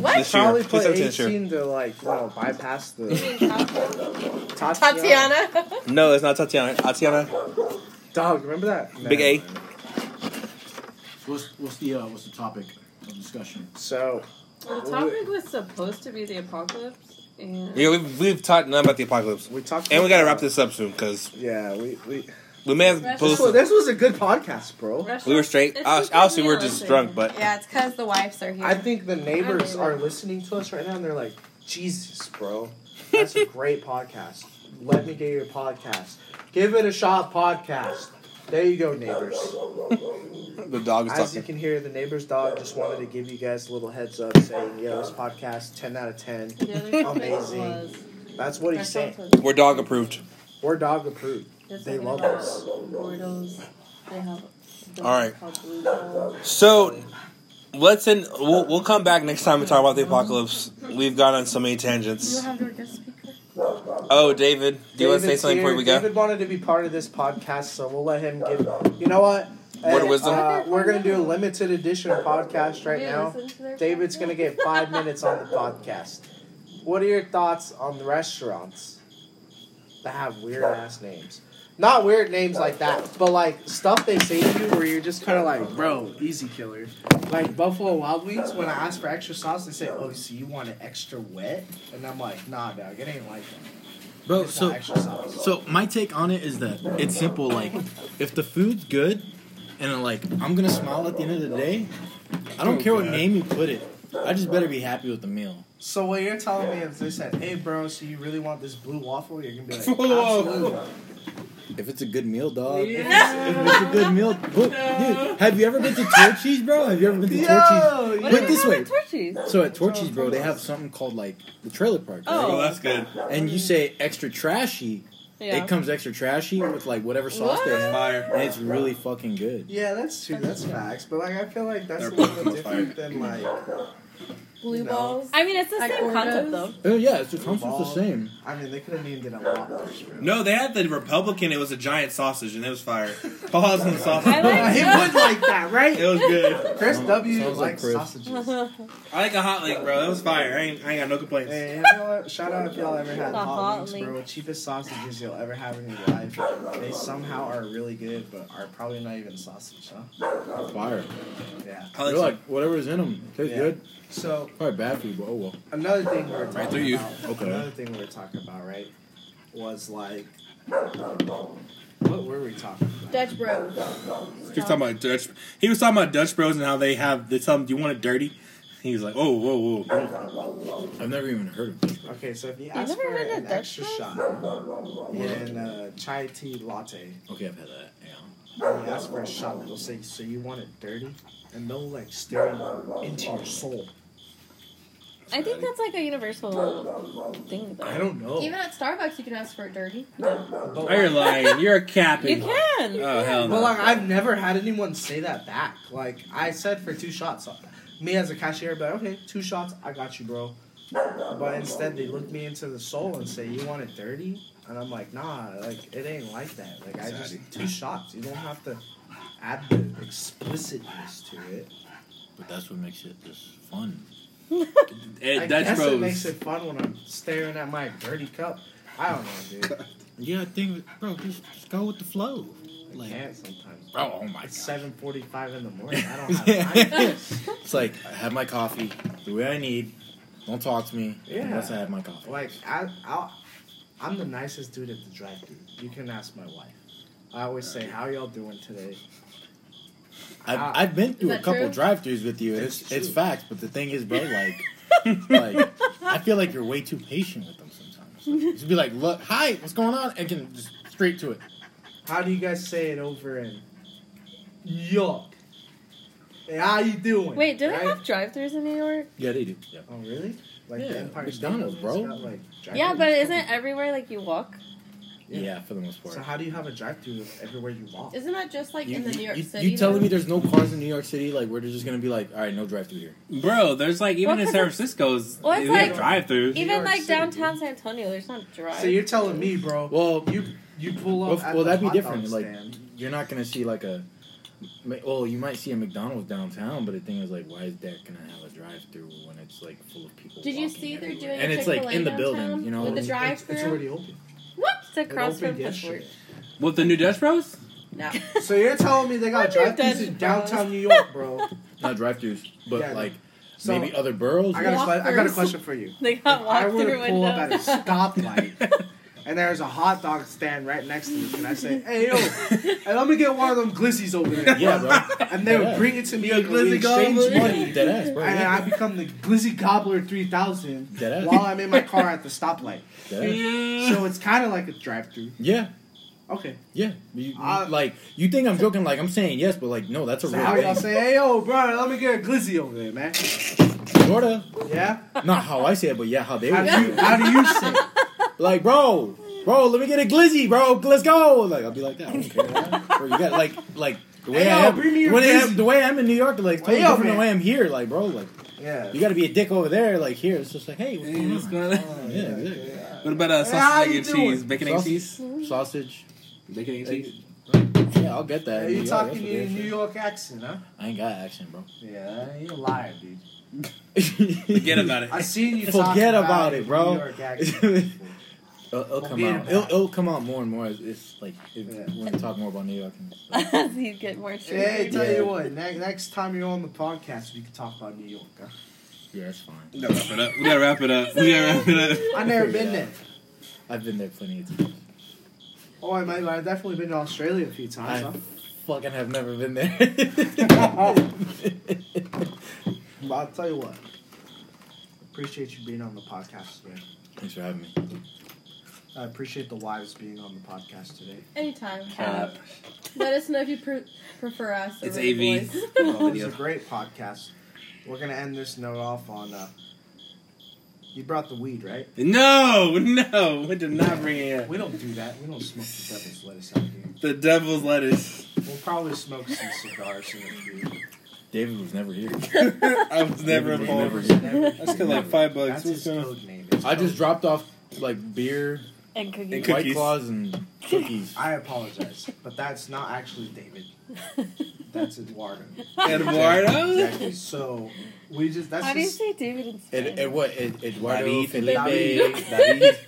[SPEAKER 4] What?
[SPEAKER 2] This year.
[SPEAKER 3] Probably
[SPEAKER 2] She's
[SPEAKER 3] put
[SPEAKER 2] 17 this
[SPEAKER 3] 18
[SPEAKER 2] year.
[SPEAKER 3] to like, well, bypass the Tatiana.
[SPEAKER 4] Tatiana.
[SPEAKER 2] No, it's not Tatiana. Tatiana.
[SPEAKER 3] Dog, remember that?
[SPEAKER 2] Big
[SPEAKER 3] Never
[SPEAKER 2] A.
[SPEAKER 3] mind.
[SPEAKER 9] What's what's the uh, what's the topic of discussion?
[SPEAKER 3] So,
[SPEAKER 6] Well, the topic was supposed to be the apocalypse, and
[SPEAKER 2] Yeah, we've, we've talked none about the apocalypse.
[SPEAKER 3] we talked.
[SPEAKER 2] And we gotta
[SPEAKER 3] about-
[SPEAKER 2] wrap this up soon because
[SPEAKER 3] Yeah, we. we
[SPEAKER 2] we may have
[SPEAKER 6] That's
[SPEAKER 2] posted.
[SPEAKER 3] this, was, this was a good podcast, bro.
[SPEAKER 6] Russia-
[SPEAKER 2] We were straight.
[SPEAKER 6] it's
[SPEAKER 2] Obviously,
[SPEAKER 6] because
[SPEAKER 2] we were just
[SPEAKER 6] realistic.
[SPEAKER 2] drunk, but
[SPEAKER 4] yeah, it's because the wives are here.
[SPEAKER 3] I think the neighbors
[SPEAKER 6] I really-
[SPEAKER 3] are listening to us right now and they're like, Jesus, bro. That's a great podcast. Let me get your podcast. Give it a shot, podcast. There you go, neighbors.
[SPEAKER 2] the dog is
[SPEAKER 3] As you
[SPEAKER 2] talking.
[SPEAKER 3] can hear, the neighbor's dog just wanted to give you guys a little heads up saying, yo, this podcast, 10 out of 10.
[SPEAKER 6] The other topic
[SPEAKER 3] Amazing.
[SPEAKER 6] was
[SPEAKER 3] That's what he's saying.
[SPEAKER 2] We're dog approved.
[SPEAKER 3] We're dog approved. They love us.
[SPEAKER 6] Gordos. They have. a
[SPEAKER 2] All right.
[SPEAKER 6] dog called Blue Ball.
[SPEAKER 2] So let's in. We'll, we'll come back next time and talk about the apocalypse. We've gone on so many tangents.
[SPEAKER 4] have your guest speaker.
[SPEAKER 2] Oh, David, do you want to say
[SPEAKER 3] David's
[SPEAKER 2] something before
[SPEAKER 3] here.
[SPEAKER 2] we go?
[SPEAKER 3] David wanted to be part of this podcast, so we'll let him give. You know what?
[SPEAKER 2] Word of
[SPEAKER 3] Uh,
[SPEAKER 2] wisdom?
[SPEAKER 3] uh, we're gonna do a limited edition podcast right
[SPEAKER 6] You
[SPEAKER 3] now.
[SPEAKER 6] listen to their
[SPEAKER 3] David's gonna get five minutes on the podcast. What are your thoughts on the restaurants that have weird ass names? Not weird names like that, but like stuff they say to you where you're just kind of like, bro, easy killer. Like Buffalo Wild Wings, when I ask for extra sauce, they say, oh, so you want it extra wet? And I'm like, nah, dog, it ain't like that.
[SPEAKER 9] Bro,
[SPEAKER 3] It's not
[SPEAKER 9] so
[SPEAKER 3] extra sauce.
[SPEAKER 9] so my take on it is that it's simple. Like, if the food's good, and like I'm gonna smile at the end of the day, I
[SPEAKER 3] Oh,
[SPEAKER 9] don't care what name you put it. I just better be happy with the meal.
[SPEAKER 3] So what you're telling me is they said, "Hey, bro, so you really want this blue waffle?" You're gonna be like,
[SPEAKER 2] Blue waffle.
[SPEAKER 3] "Absolutely."
[SPEAKER 9] If it's a good meal, dog.
[SPEAKER 4] Yeah.
[SPEAKER 9] If it's a good meal, Who- dude. Have you ever been to Torchy's, bro? Have you ever been to Torchy's?
[SPEAKER 10] Yo,
[SPEAKER 6] What
[SPEAKER 9] Put
[SPEAKER 6] do
[SPEAKER 9] it
[SPEAKER 6] they
[SPEAKER 9] this
[SPEAKER 6] have
[SPEAKER 9] way.
[SPEAKER 6] at Torchy's?
[SPEAKER 9] So at Torchy's, bro, they have something called like the trailer park,
[SPEAKER 6] Oh.
[SPEAKER 9] right?
[SPEAKER 2] that's good.
[SPEAKER 9] And you say extra trashy,
[SPEAKER 6] Yeah.
[SPEAKER 9] it comes extra trashy with like whatever sauce they
[SPEAKER 6] What?
[SPEAKER 9] have,
[SPEAKER 2] Fire.
[SPEAKER 9] and it's really fucking good.
[SPEAKER 3] Yeah, that's true. That's facts. But like, I feel like that's
[SPEAKER 2] They're
[SPEAKER 3] a little bit
[SPEAKER 2] both on
[SPEAKER 3] different than like.
[SPEAKER 4] Blue
[SPEAKER 3] No.
[SPEAKER 4] balls.
[SPEAKER 6] I mean, it's the
[SPEAKER 4] Like
[SPEAKER 6] same concept
[SPEAKER 4] Oreos?
[SPEAKER 6] though.
[SPEAKER 9] Oh yeah, it's the concept's the same.
[SPEAKER 3] I mean, they could have named it a lot worse. Bro.
[SPEAKER 2] No, they had the Republican. It was a giant sausage, and it was fire. Paws on the sausage.
[SPEAKER 6] I like-
[SPEAKER 3] it was like that, right?
[SPEAKER 2] it was good.
[SPEAKER 3] Chris
[SPEAKER 9] Sounds-
[SPEAKER 3] W
[SPEAKER 9] sounds like
[SPEAKER 3] likes
[SPEAKER 9] Chris.
[SPEAKER 3] sausages.
[SPEAKER 2] I like a hot link, bro. That was fire. I ain't, I ain't got no complaints.
[SPEAKER 3] Hey, have y'all, shout out if y'all ever had
[SPEAKER 6] The
[SPEAKER 3] hot,
[SPEAKER 6] hot
[SPEAKER 3] links,
[SPEAKER 6] link.
[SPEAKER 3] bro. Cheapest sausages you'll ever have in your life. They somehow are really good, but are probably not even sausage, huh?
[SPEAKER 9] Fire.
[SPEAKER 3] Yeah.
[SPEAKER 2] I
[SPEAKER 9] They're
[SPEAKER 2] like
[SPEAKER 9] like whatever's in them tastes
[SPEAKER 3] Yeah.
[SPEAKER 9] good.
[SPEAKER 3] So
[SPEAKER 9] Probably bad for you, but oh well.
[SPEAKER 3] another thing we were talking
[SPEAKER 9] through you.
[SPEAKER 3] about.
[SPEAKER 9] Okay.
[SPEAKER 3] Another thing we were talking about, right? Was like, what were we talking about?
[SPEAKER 4] Dutch Bros.
[SPEAKER 2] some- he was talking about Dutch. He was talking about Dutch Bros and how they have. They tell him, "Do you want it dirty?" He was like, "Oh, whoa, whoa."
[SPEAKER 9] I've never even heard of it.
[SPEAKER 3] Okay, so if you ask
[SPEAKER 6] never
[SPEAKER 3] for
[SPEAKER 6] had a
[SPEAKER 3] an
[SPEAKER 6] Dutch
[SPEAKER 3] extra
[SPEAKER 6] Bros?
[SPEAKER 3] shot and uh, chai tea latte,
[SPEAKER 9] Okay, I've had that. Yeah.
[SPEAKER 3] and you ask for a shot, they'll say, "So you want it dirty?" And they'll like stare you into your soul.
[SPEAKER 6] I think that's like a universal thing though.
[SPEAKER 3] I don't know.
[SPEAKER 4] Even at Starbucks, you can ask for it dirty.
[SPEAKER 3] But,
[SPEAKER 2] Oh, you're
[SPEAKER 3] like,
[SPEAKER 2] lying. You're a
[SPEAKER 6] You
[SPEAKER 2] capping.
[SPEAKER 6] can.
[SPEAKER 2] Oh hell
[SPEAKER 3] but
[SPEAKER 2] no.
[SPEAKER 3] like, I've never had anyone say that back. Like I said, for two shots. uh, Me as a cashier, but okay, two shots. I got you, bro. But instead, they look me into the soul and say, "You want it dirty?" And I'm like, "Nah, like it ain't like that. Like I just two shots. You don't have to add the explicitness to it."
[SPEAKER 9] But that's what makes it just fun.
[SPEAKER 2] Eh,
[SPEAKER 3] I
[SPEAKER 2] Dutch
[SPEAKER 3] guess
[SPEAKER 2] Bros.
[SPEAKER 3] it makes it fun when I'm staring at my dirty cup. I don't know, dude.
[SPEAKER 9] Yeah, I think, bro, just, just go with the flow.
[SPEAKER 3] I can't sometimes.
[SPEAKER 9] bro, oh my
[SPEAKER 3] It's
[SPEAKER 9] god.
[SPEAKER 3] seven forty-five in the morning. I don't have time.
[SPEAKER 9] It's like I have my coffee the way I need. Don't talk to me
[SPEAKER 3] Yeah.
[SPEAKER 9] unless I have my coffee.
[SPEAKER 3] Like I, I'll, I'm the nicest dude at the drive-thru. You can ask my wife. I always say, "How y'all doing today?"
[SPEAKER 9] I've, I've been through a
[SPEAKER 4] that
[SPEAKER 9] couple
[SPEAKER 4] true?
[SPEAKER 9] drive-throughs with you. It's
[SPEAKER 3] That's
[SPEAKER 9] it's
[SPEAKER 3] true.
[SPEAKER 9] facts, but the thing is, bro, like, like I feel like you're way too patient with them sometimes. Like, just be like, look, hi, what's going on? And can just straight to it.
[SPEAKER 3] How do you guys say it over in York? Hey, how you doing?
[SPEAKER 6] Wait, do
[SPEAKER 3] Right?
[SPEAKER 6] they have drive-throughs in New York?
[SPEAKER 9] Yeah, they do. Yeah.
[SPEAKER 3] Oh really? Like
[SPEAKER 9] Yeah,
[SPEAKER 3] the Empire State
[SPEAKER 9] McDonald's,
[SPEAKER 3] Building's
[SPEAKER 9] bro.
[SPEAKER 3] got, like,
[SPEAKER 6] Yeah,
[SPEAKER 3] drive-thrus?
[SPEAKER 6] but isn't everywhere like you walk?
[SPEAKER 3] Yeah.
[SPEAKER 9] for the most part.
[SPEAKER 3] So how do you have a drive-thru if everywhere you walk?
[SPEAKER 4] Isn't that just like
[SPEAKER 9] you,
[SPEAKER 4] in the New
[SPEAKER 9] you-
[SPEAKER 4] York
[SPEAKER 9] you-
[SPEAKER 4] City?
[SPEAKER 9] you telling
[SPEAKER 4] though?
[SPEAKER 9] me there's no cars in New York City? Like, we're just gonna be like, all right, no drive-through here.
[SPEAKER 2] Bro, there's like even
[SPEAKER 6] Well,
[SPEAKER 2] in
[SPEAKER 6] 'cause
[SPEAKER 2] San
[SPEAKER 6] it's-
[SPEAKER 2] Francisco's
[SPEAKER 6] well, it's
[SPEAKER 2] we have
[SPEAKER 6] like-
[SPEAKER 2] drive-throughs.
[SPEAKER 6] Even
[SPEAKER 3] York
[SPEAKER 6] like
[SPEAKER 3] City.
[SPEAKER 6] downtown San Antonio, there's not drive.
[SPEAKER 3] So you're telling me, bro?
[SPEAKER 9] Well,
[SPEAKER 3] you you pull
[SPEAKER 9] Well,
[SPEAKER 3] up.
[SPEAKER 9] f-
[SPEAKER 3] at
[SPEAKER 9] well,
[SPEAKER 3] the
[SPEAKER 9] that'd be
[SPEAKER 3] hot
[SPEAKER 9] different,
[SPEAKER 3] dog
[SPEAKER 9] like-
[SPEAKER 3] stand.
[SPEAKER 9] You're not gonna see like a. ma- Well, you might see a McDonald's downtown, but the thing is, like, why is that gonna have a drive-through when it's like full of people?
[SPEAKER 4] Did you
[SPEAKER 9] walking
[SPEAKER 4] see they're
[SPEAKER 9] everywhere?
[SPEAKER 4] doing
[SPEAKER 9] And
[SPEAKER 4] a
[SPEAKER 9] it's like
[SPEAKER 4] Chick-fil-A
[SPEAKER 9] in the
[SPEAKER 4] downtown
[SPEAKER 9] building, you know.
[SPEAKER 4] with the
[SPEAKER 9] It's-
[SPEAKER 4] drive
[SPEAKER 3] It's, it's
[SPEAKER 4] through?
[SPEAKER 3] already open.
[SPEAKER 6] what? It's
[SPEAKER 3] It
[SPEAKER 6] across from
[SPEAKER 3] opened
[SPEAKER 6] Pittsburgh.
[SPEAKER 3] yesterday.
[SPEAKER 2] With the new Dutch Bros?
[SPEAKER 4] No.
[SPEAKER 3] So you're telling me they got
[SPEAKER 6] Wonder if
[SPEAKER 3] drive-thrus in
[SPEAKER 6] that's-
[SPEAKER 3] downtown New York, bro?
[SPEAKER 9] not drive-throughs, but
[SPEAKER 3] Yeah,
[SPEAKER 9] like
[SPEAKER 3] So
[SPEAKER 9] maybe other boroughs.
[SPEAKER 3] I got, a que- I got a
[SPEAKER 6] Walkers.
[SPEAKER 3] question for you.
[SPEAKER 6] They
[SPEAKER 3] If
[SPEAKER 6] got
[SPEAKER 3] I
[SPEAKER 6] walk
[SPEAKER 3] were to
[SPEAKER 6] through
[SPEAKER 3] pull up at a
[SPEAKER 6] windows.
[SPEAKER 3] stoplight and there's a hot dog stand right next to me, can I say, "Hey yo, and let me get one of them glissies over there"?
[SPEAKER 9] yeah,
[SPEAKER 3] bro.
[SPEAKER 9] bro.
[SPEAKER 3] And they would
[SPEAKER 9] Yeah.
[SPEAKER 3] bring it to me.
[SPEAKER 2] You a
[SPEAKER 3] and we
[SPEAKER 2] glizzy
[SPEAKER 3] exchange
[SPEAKER 2] gobbler?
[SPEAKER 3] money.
[SPEAKER 9] Dead ass, bro.
[SPEAKER 3] And
[SPEAKER 9] Yeah.
[SPEAKER 3] I become the Glizzy Gobbler 3000
[SPEAKER 9] Deadass.
[SPEAKER 3] while I'm in my car at the stoplight.
[SPEAKER 9] Dead ass.
[SPEAKER 3] So it's kind of like a drive-through.
[SPEAKER 9] Yeah,
[SPEAKER 3] Okay.
[SPEAKER 9] yeah. You,
[SPEAKER 3] Uh,
[SPEAKER 9] like you think I'm joking? Like I'm saying yes, but like no, that's a
[SPEAKER 3] So
[SPEAKER 9] real
[SPEAKER 3] how y'all
[SPEAKER 9] thing.
[SPEAKER 3] say, "Hey yo, bro, let me get a glizzy over there, man"?
[SPEAKER 9] Sorta.
[SPEAKER 3] Yeah.
[SPEAKER 9] Not how I say it, but yeah, how they
[SPEAKER 3] How
[SPEAKER 9] would.
[SPEAKER 3] do you, how do you say? it?
[SPEAKER 9] Like, bro, bro, let me get a glizzy, bro. Let's go. Like, I'll be like that. I don't care. bro, you got like, like the way
[SPEAKER 3] Hey,
[SPEAKER 9] I
[SPEAKER 3] yo,
[SPEAKER 9] am,
[SPEAKER 3] bring me your
[SPEAKER 9] when I
[SPEAKER 3] glizzy.
[SPEAKER 9] am, the way I'm in New York, like totally
[SPEAKER 3] Hey, yo,
[SPEAKER 9] different than
[SPEAKER 3] man.
[SPEAKER 9] the way I'm here. Like, bro, like
[SPEAKER 3] Yeah.
[SPEAKER 9] you got to be a dick over there. Like here, it's just like, hey, what's going on?
[SPEAKER 2] What
[SPEAKER 9] Yeah, exactly.
[SPEAKER 2] about
[SPEAKER 3] how
[SPEAKER 2] uh, sausage,
[SPEAKER 3] you
[SPEAKER 2] egg, and
[SPEAKER 3] doing?
[SPEAKER 2] cheese? Bacon, egg, and cheese?
[SPEAKER 9] sausage.
[SPEAKER 2] Bacon, egg, and cheese?
[SPEAKER 9] Yeah, I'll get that.
[SPEAKER 3] Are
[SPEAKER 9] in
[SPEAKER 3] you
[SPEAKER 9] New York,
[SPEAKER 3] talking
[SPEAKER 9] that's for
[SPEAKER 3] in New
[SPEAKER 9] sure.
[SPEAKER 3] York accent, huh?
[SPEAKER 9] I ain't got action, bro.
[SPEAKER 3] Yeah, you a liar, dude.
[SPEAKER 2] Forget about it.
[SPEAKER 3] I seen you.
[SPEAKER 9] Forget
[SPEAKER 3] talk
[SPEAKER 9] about it, bro.
[SPEAKER 3] New York accent.
[SPEAKER 9] It'll, it'll come
[SPEAKER 3] Forget
[SPEAKER 9] out.
[SPEAKER 3] about
[SPEAKER 9] It'll,
[SPEAKER 3] it.
[SPEAKER 9] it'll come out more and more. It's, it's like if
[SPEAKER 3] Yeah.
[SPEAKER 9] we're gonna talk more about New York. And stuff.
[SPEAKER 6] As you get more
[SPEAKER 3] hey,
[SPEAKER 6] serious.
[SPEAKER 3] tell
[SPEAKER 9] Yeah.
[SPEAKER 3] you what. Ne- next time you're on the podcast, we can talk about New York. Huh?
[SPEAKER 9] Yeah, that's fine.
[SPEAKER 2] We gotta wrap it up. We gotta wrap it up. We gotta wrap it up.
[SPEAKER 3] I've never been there.
[SPEAKER 9] I've been there plenty of times.
[SPEAKER 3] Oh, I might. I've definitely been to Australia a few times.
[SPEAKER 9] I
[SPEAKER 3] huh?
[SPEAKER 9] fucking have never been there.
[SPEAKER 3] But I'll tell you what. Appreciate you being on the podcast, man.
[SPEAKER 9] Thanks for having me.
[SPEAKER 3] I appreciate the wives being on the podcast today.
[SPEAKER 4] Anytime.
[SPEAKER 9] Uh,
[SPEAKER 2] Cap.
[SPEAKER 4] Let us know if you pre- prefer us.
[SPEAKER 2] It's
[SPEAKER 4] over the
[SPEAKER 2] AV.
[SPEAKER 4] boys.
[SPEAKER 3] Well, it's a great podcast. We're gonna end this note off on. Uh, you brought the weed, right?
[SPEAKER 2] No, no, we did not bring it.
[SPEAKER 3] We don't do that. We don't smoke the devil's lettuce out here.
[SPEAKER 2] The devil's lettuce.
[SPEAKER 3] We'll probably smoke some cigars in the future.
[SPEAKER 9] David was never here.
[SPEAKER 2] I was never
[SPEAKER 9] Never,
[SPEAKER 2] involved.
[SPEAKER 9] never.
[SPEAKER 2] That's good, like five bucks.
[SPEAKER 3] That's his
[SPEAKER 2] What's going on?
[SPEAKER 3] code name. It's
[SPEAKER 9] I just
[SPEAKER 3] code-
[SPEAKER 9] dropped off like beer,
[SPEAKER 2] And
[SPEAKER 6] And cookies.
[SPEAKER 2] cook-
[SPEAKER 9] white
[SPEAKER 2] Cookies.
[SPEAKER 9] claws, and cookies.
[SPEAKER 3] I apologize, but that's not actually David. That's Eduardo.
[SPEAKER 2] Eduardo?
[SPEAKER 3] Exactly. So we just that's
[SPEAKER 6] How do you
[SPEAKER 3] just
[SPEAKER 6] say David in
[SPEAKER 9] It,
[SPEAKER 6] Spanish?
[SPEAKER 9] it what? It, Eduardo
[SPEAKER 2] David.
[SPEAKER 9] Felipe
[SPEAKER 3] David.
[SPEAKER 9] David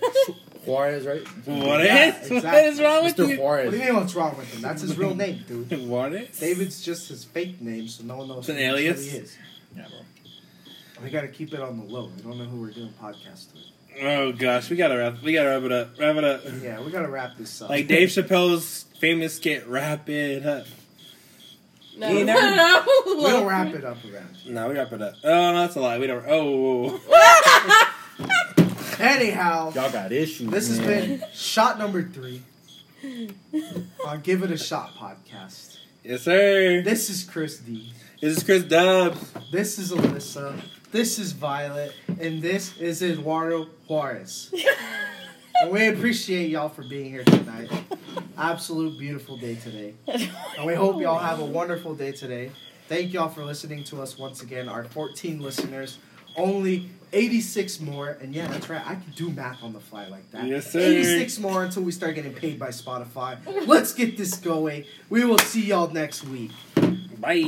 [SPEAKER 9] Juarez, right?
[SPEAKER 2] What is?
[SPEAKER 3] Yeah,
[SPEAKER 2] What is
[SPEAKER 3] exactly.
[SPEAKER 2] wrong with
[SPEAKER 9] Mr.
[SPEAKER 2] you?
[SPEAKER 3] what do you
[SPEAKER 9] Juarez.
[SPEAKER 3] mean? What's wrong with him? That's his real name, dude.
[SPEAKER 2] Juarez?
[SPEAKER 3] David's just his fake name, so no one knows.
[SPEAKER 2] It's an
[SPEAKER 3] who he actually
[SPEAKER 2] alias?
[SPEAKER 3] Is. We got to keep it on the low. We don't know who we're doing podcasts with.
[SPEAKER 2] Oh gosh, we gotta wrap. We gotta wrap it up. Wrap it up.
[SPEAKER 3] Yeah, we got to wrap this up.
[SPEAKER 2] Like Dave Chappelle's famous skit, wrap it up.
[SPEAKER 4] No.
[SPEAKER 2] You never-
[SPEAKER 4] No.
[SPEAKER 3] we don't wrap it up around. here.
[SPEAKER 2] No, we wrap it up. Oh, no, that's a lie. We don't. Oh,
[SPEAKER 3] Anyhow,
[SPEAKER 9] Y'all got issues.
[SPEAKER 3] this has
[SPEAKER 9] man.
[SPEAKER 3] been shot number three on Give It a Shot podcast.
[SPEAKER 2] yes, sir.
[SPEAKER 3] This is Chris D.
[SPEAKER 2] This is Chris Dubs.
[SPEAKER 3] This is Alyssa. This is Violet, and this is Eduardo Juarez. and we appreciate y'all for being here tonight. Absolute beautiful day today. And we hope y'all have a wonderful day today. Thank y'all for listening to us once again, our 14 listeners. Only 86 more. And yeah, that's right. I can do math on the fly like that.
[SPEAKER 2] Yes, sir.
[SPEAKER 3] 86 more until we start getting paid by Spotify. Let's get this going. We will see y'all next week.
[SPEAKER 2] Bye.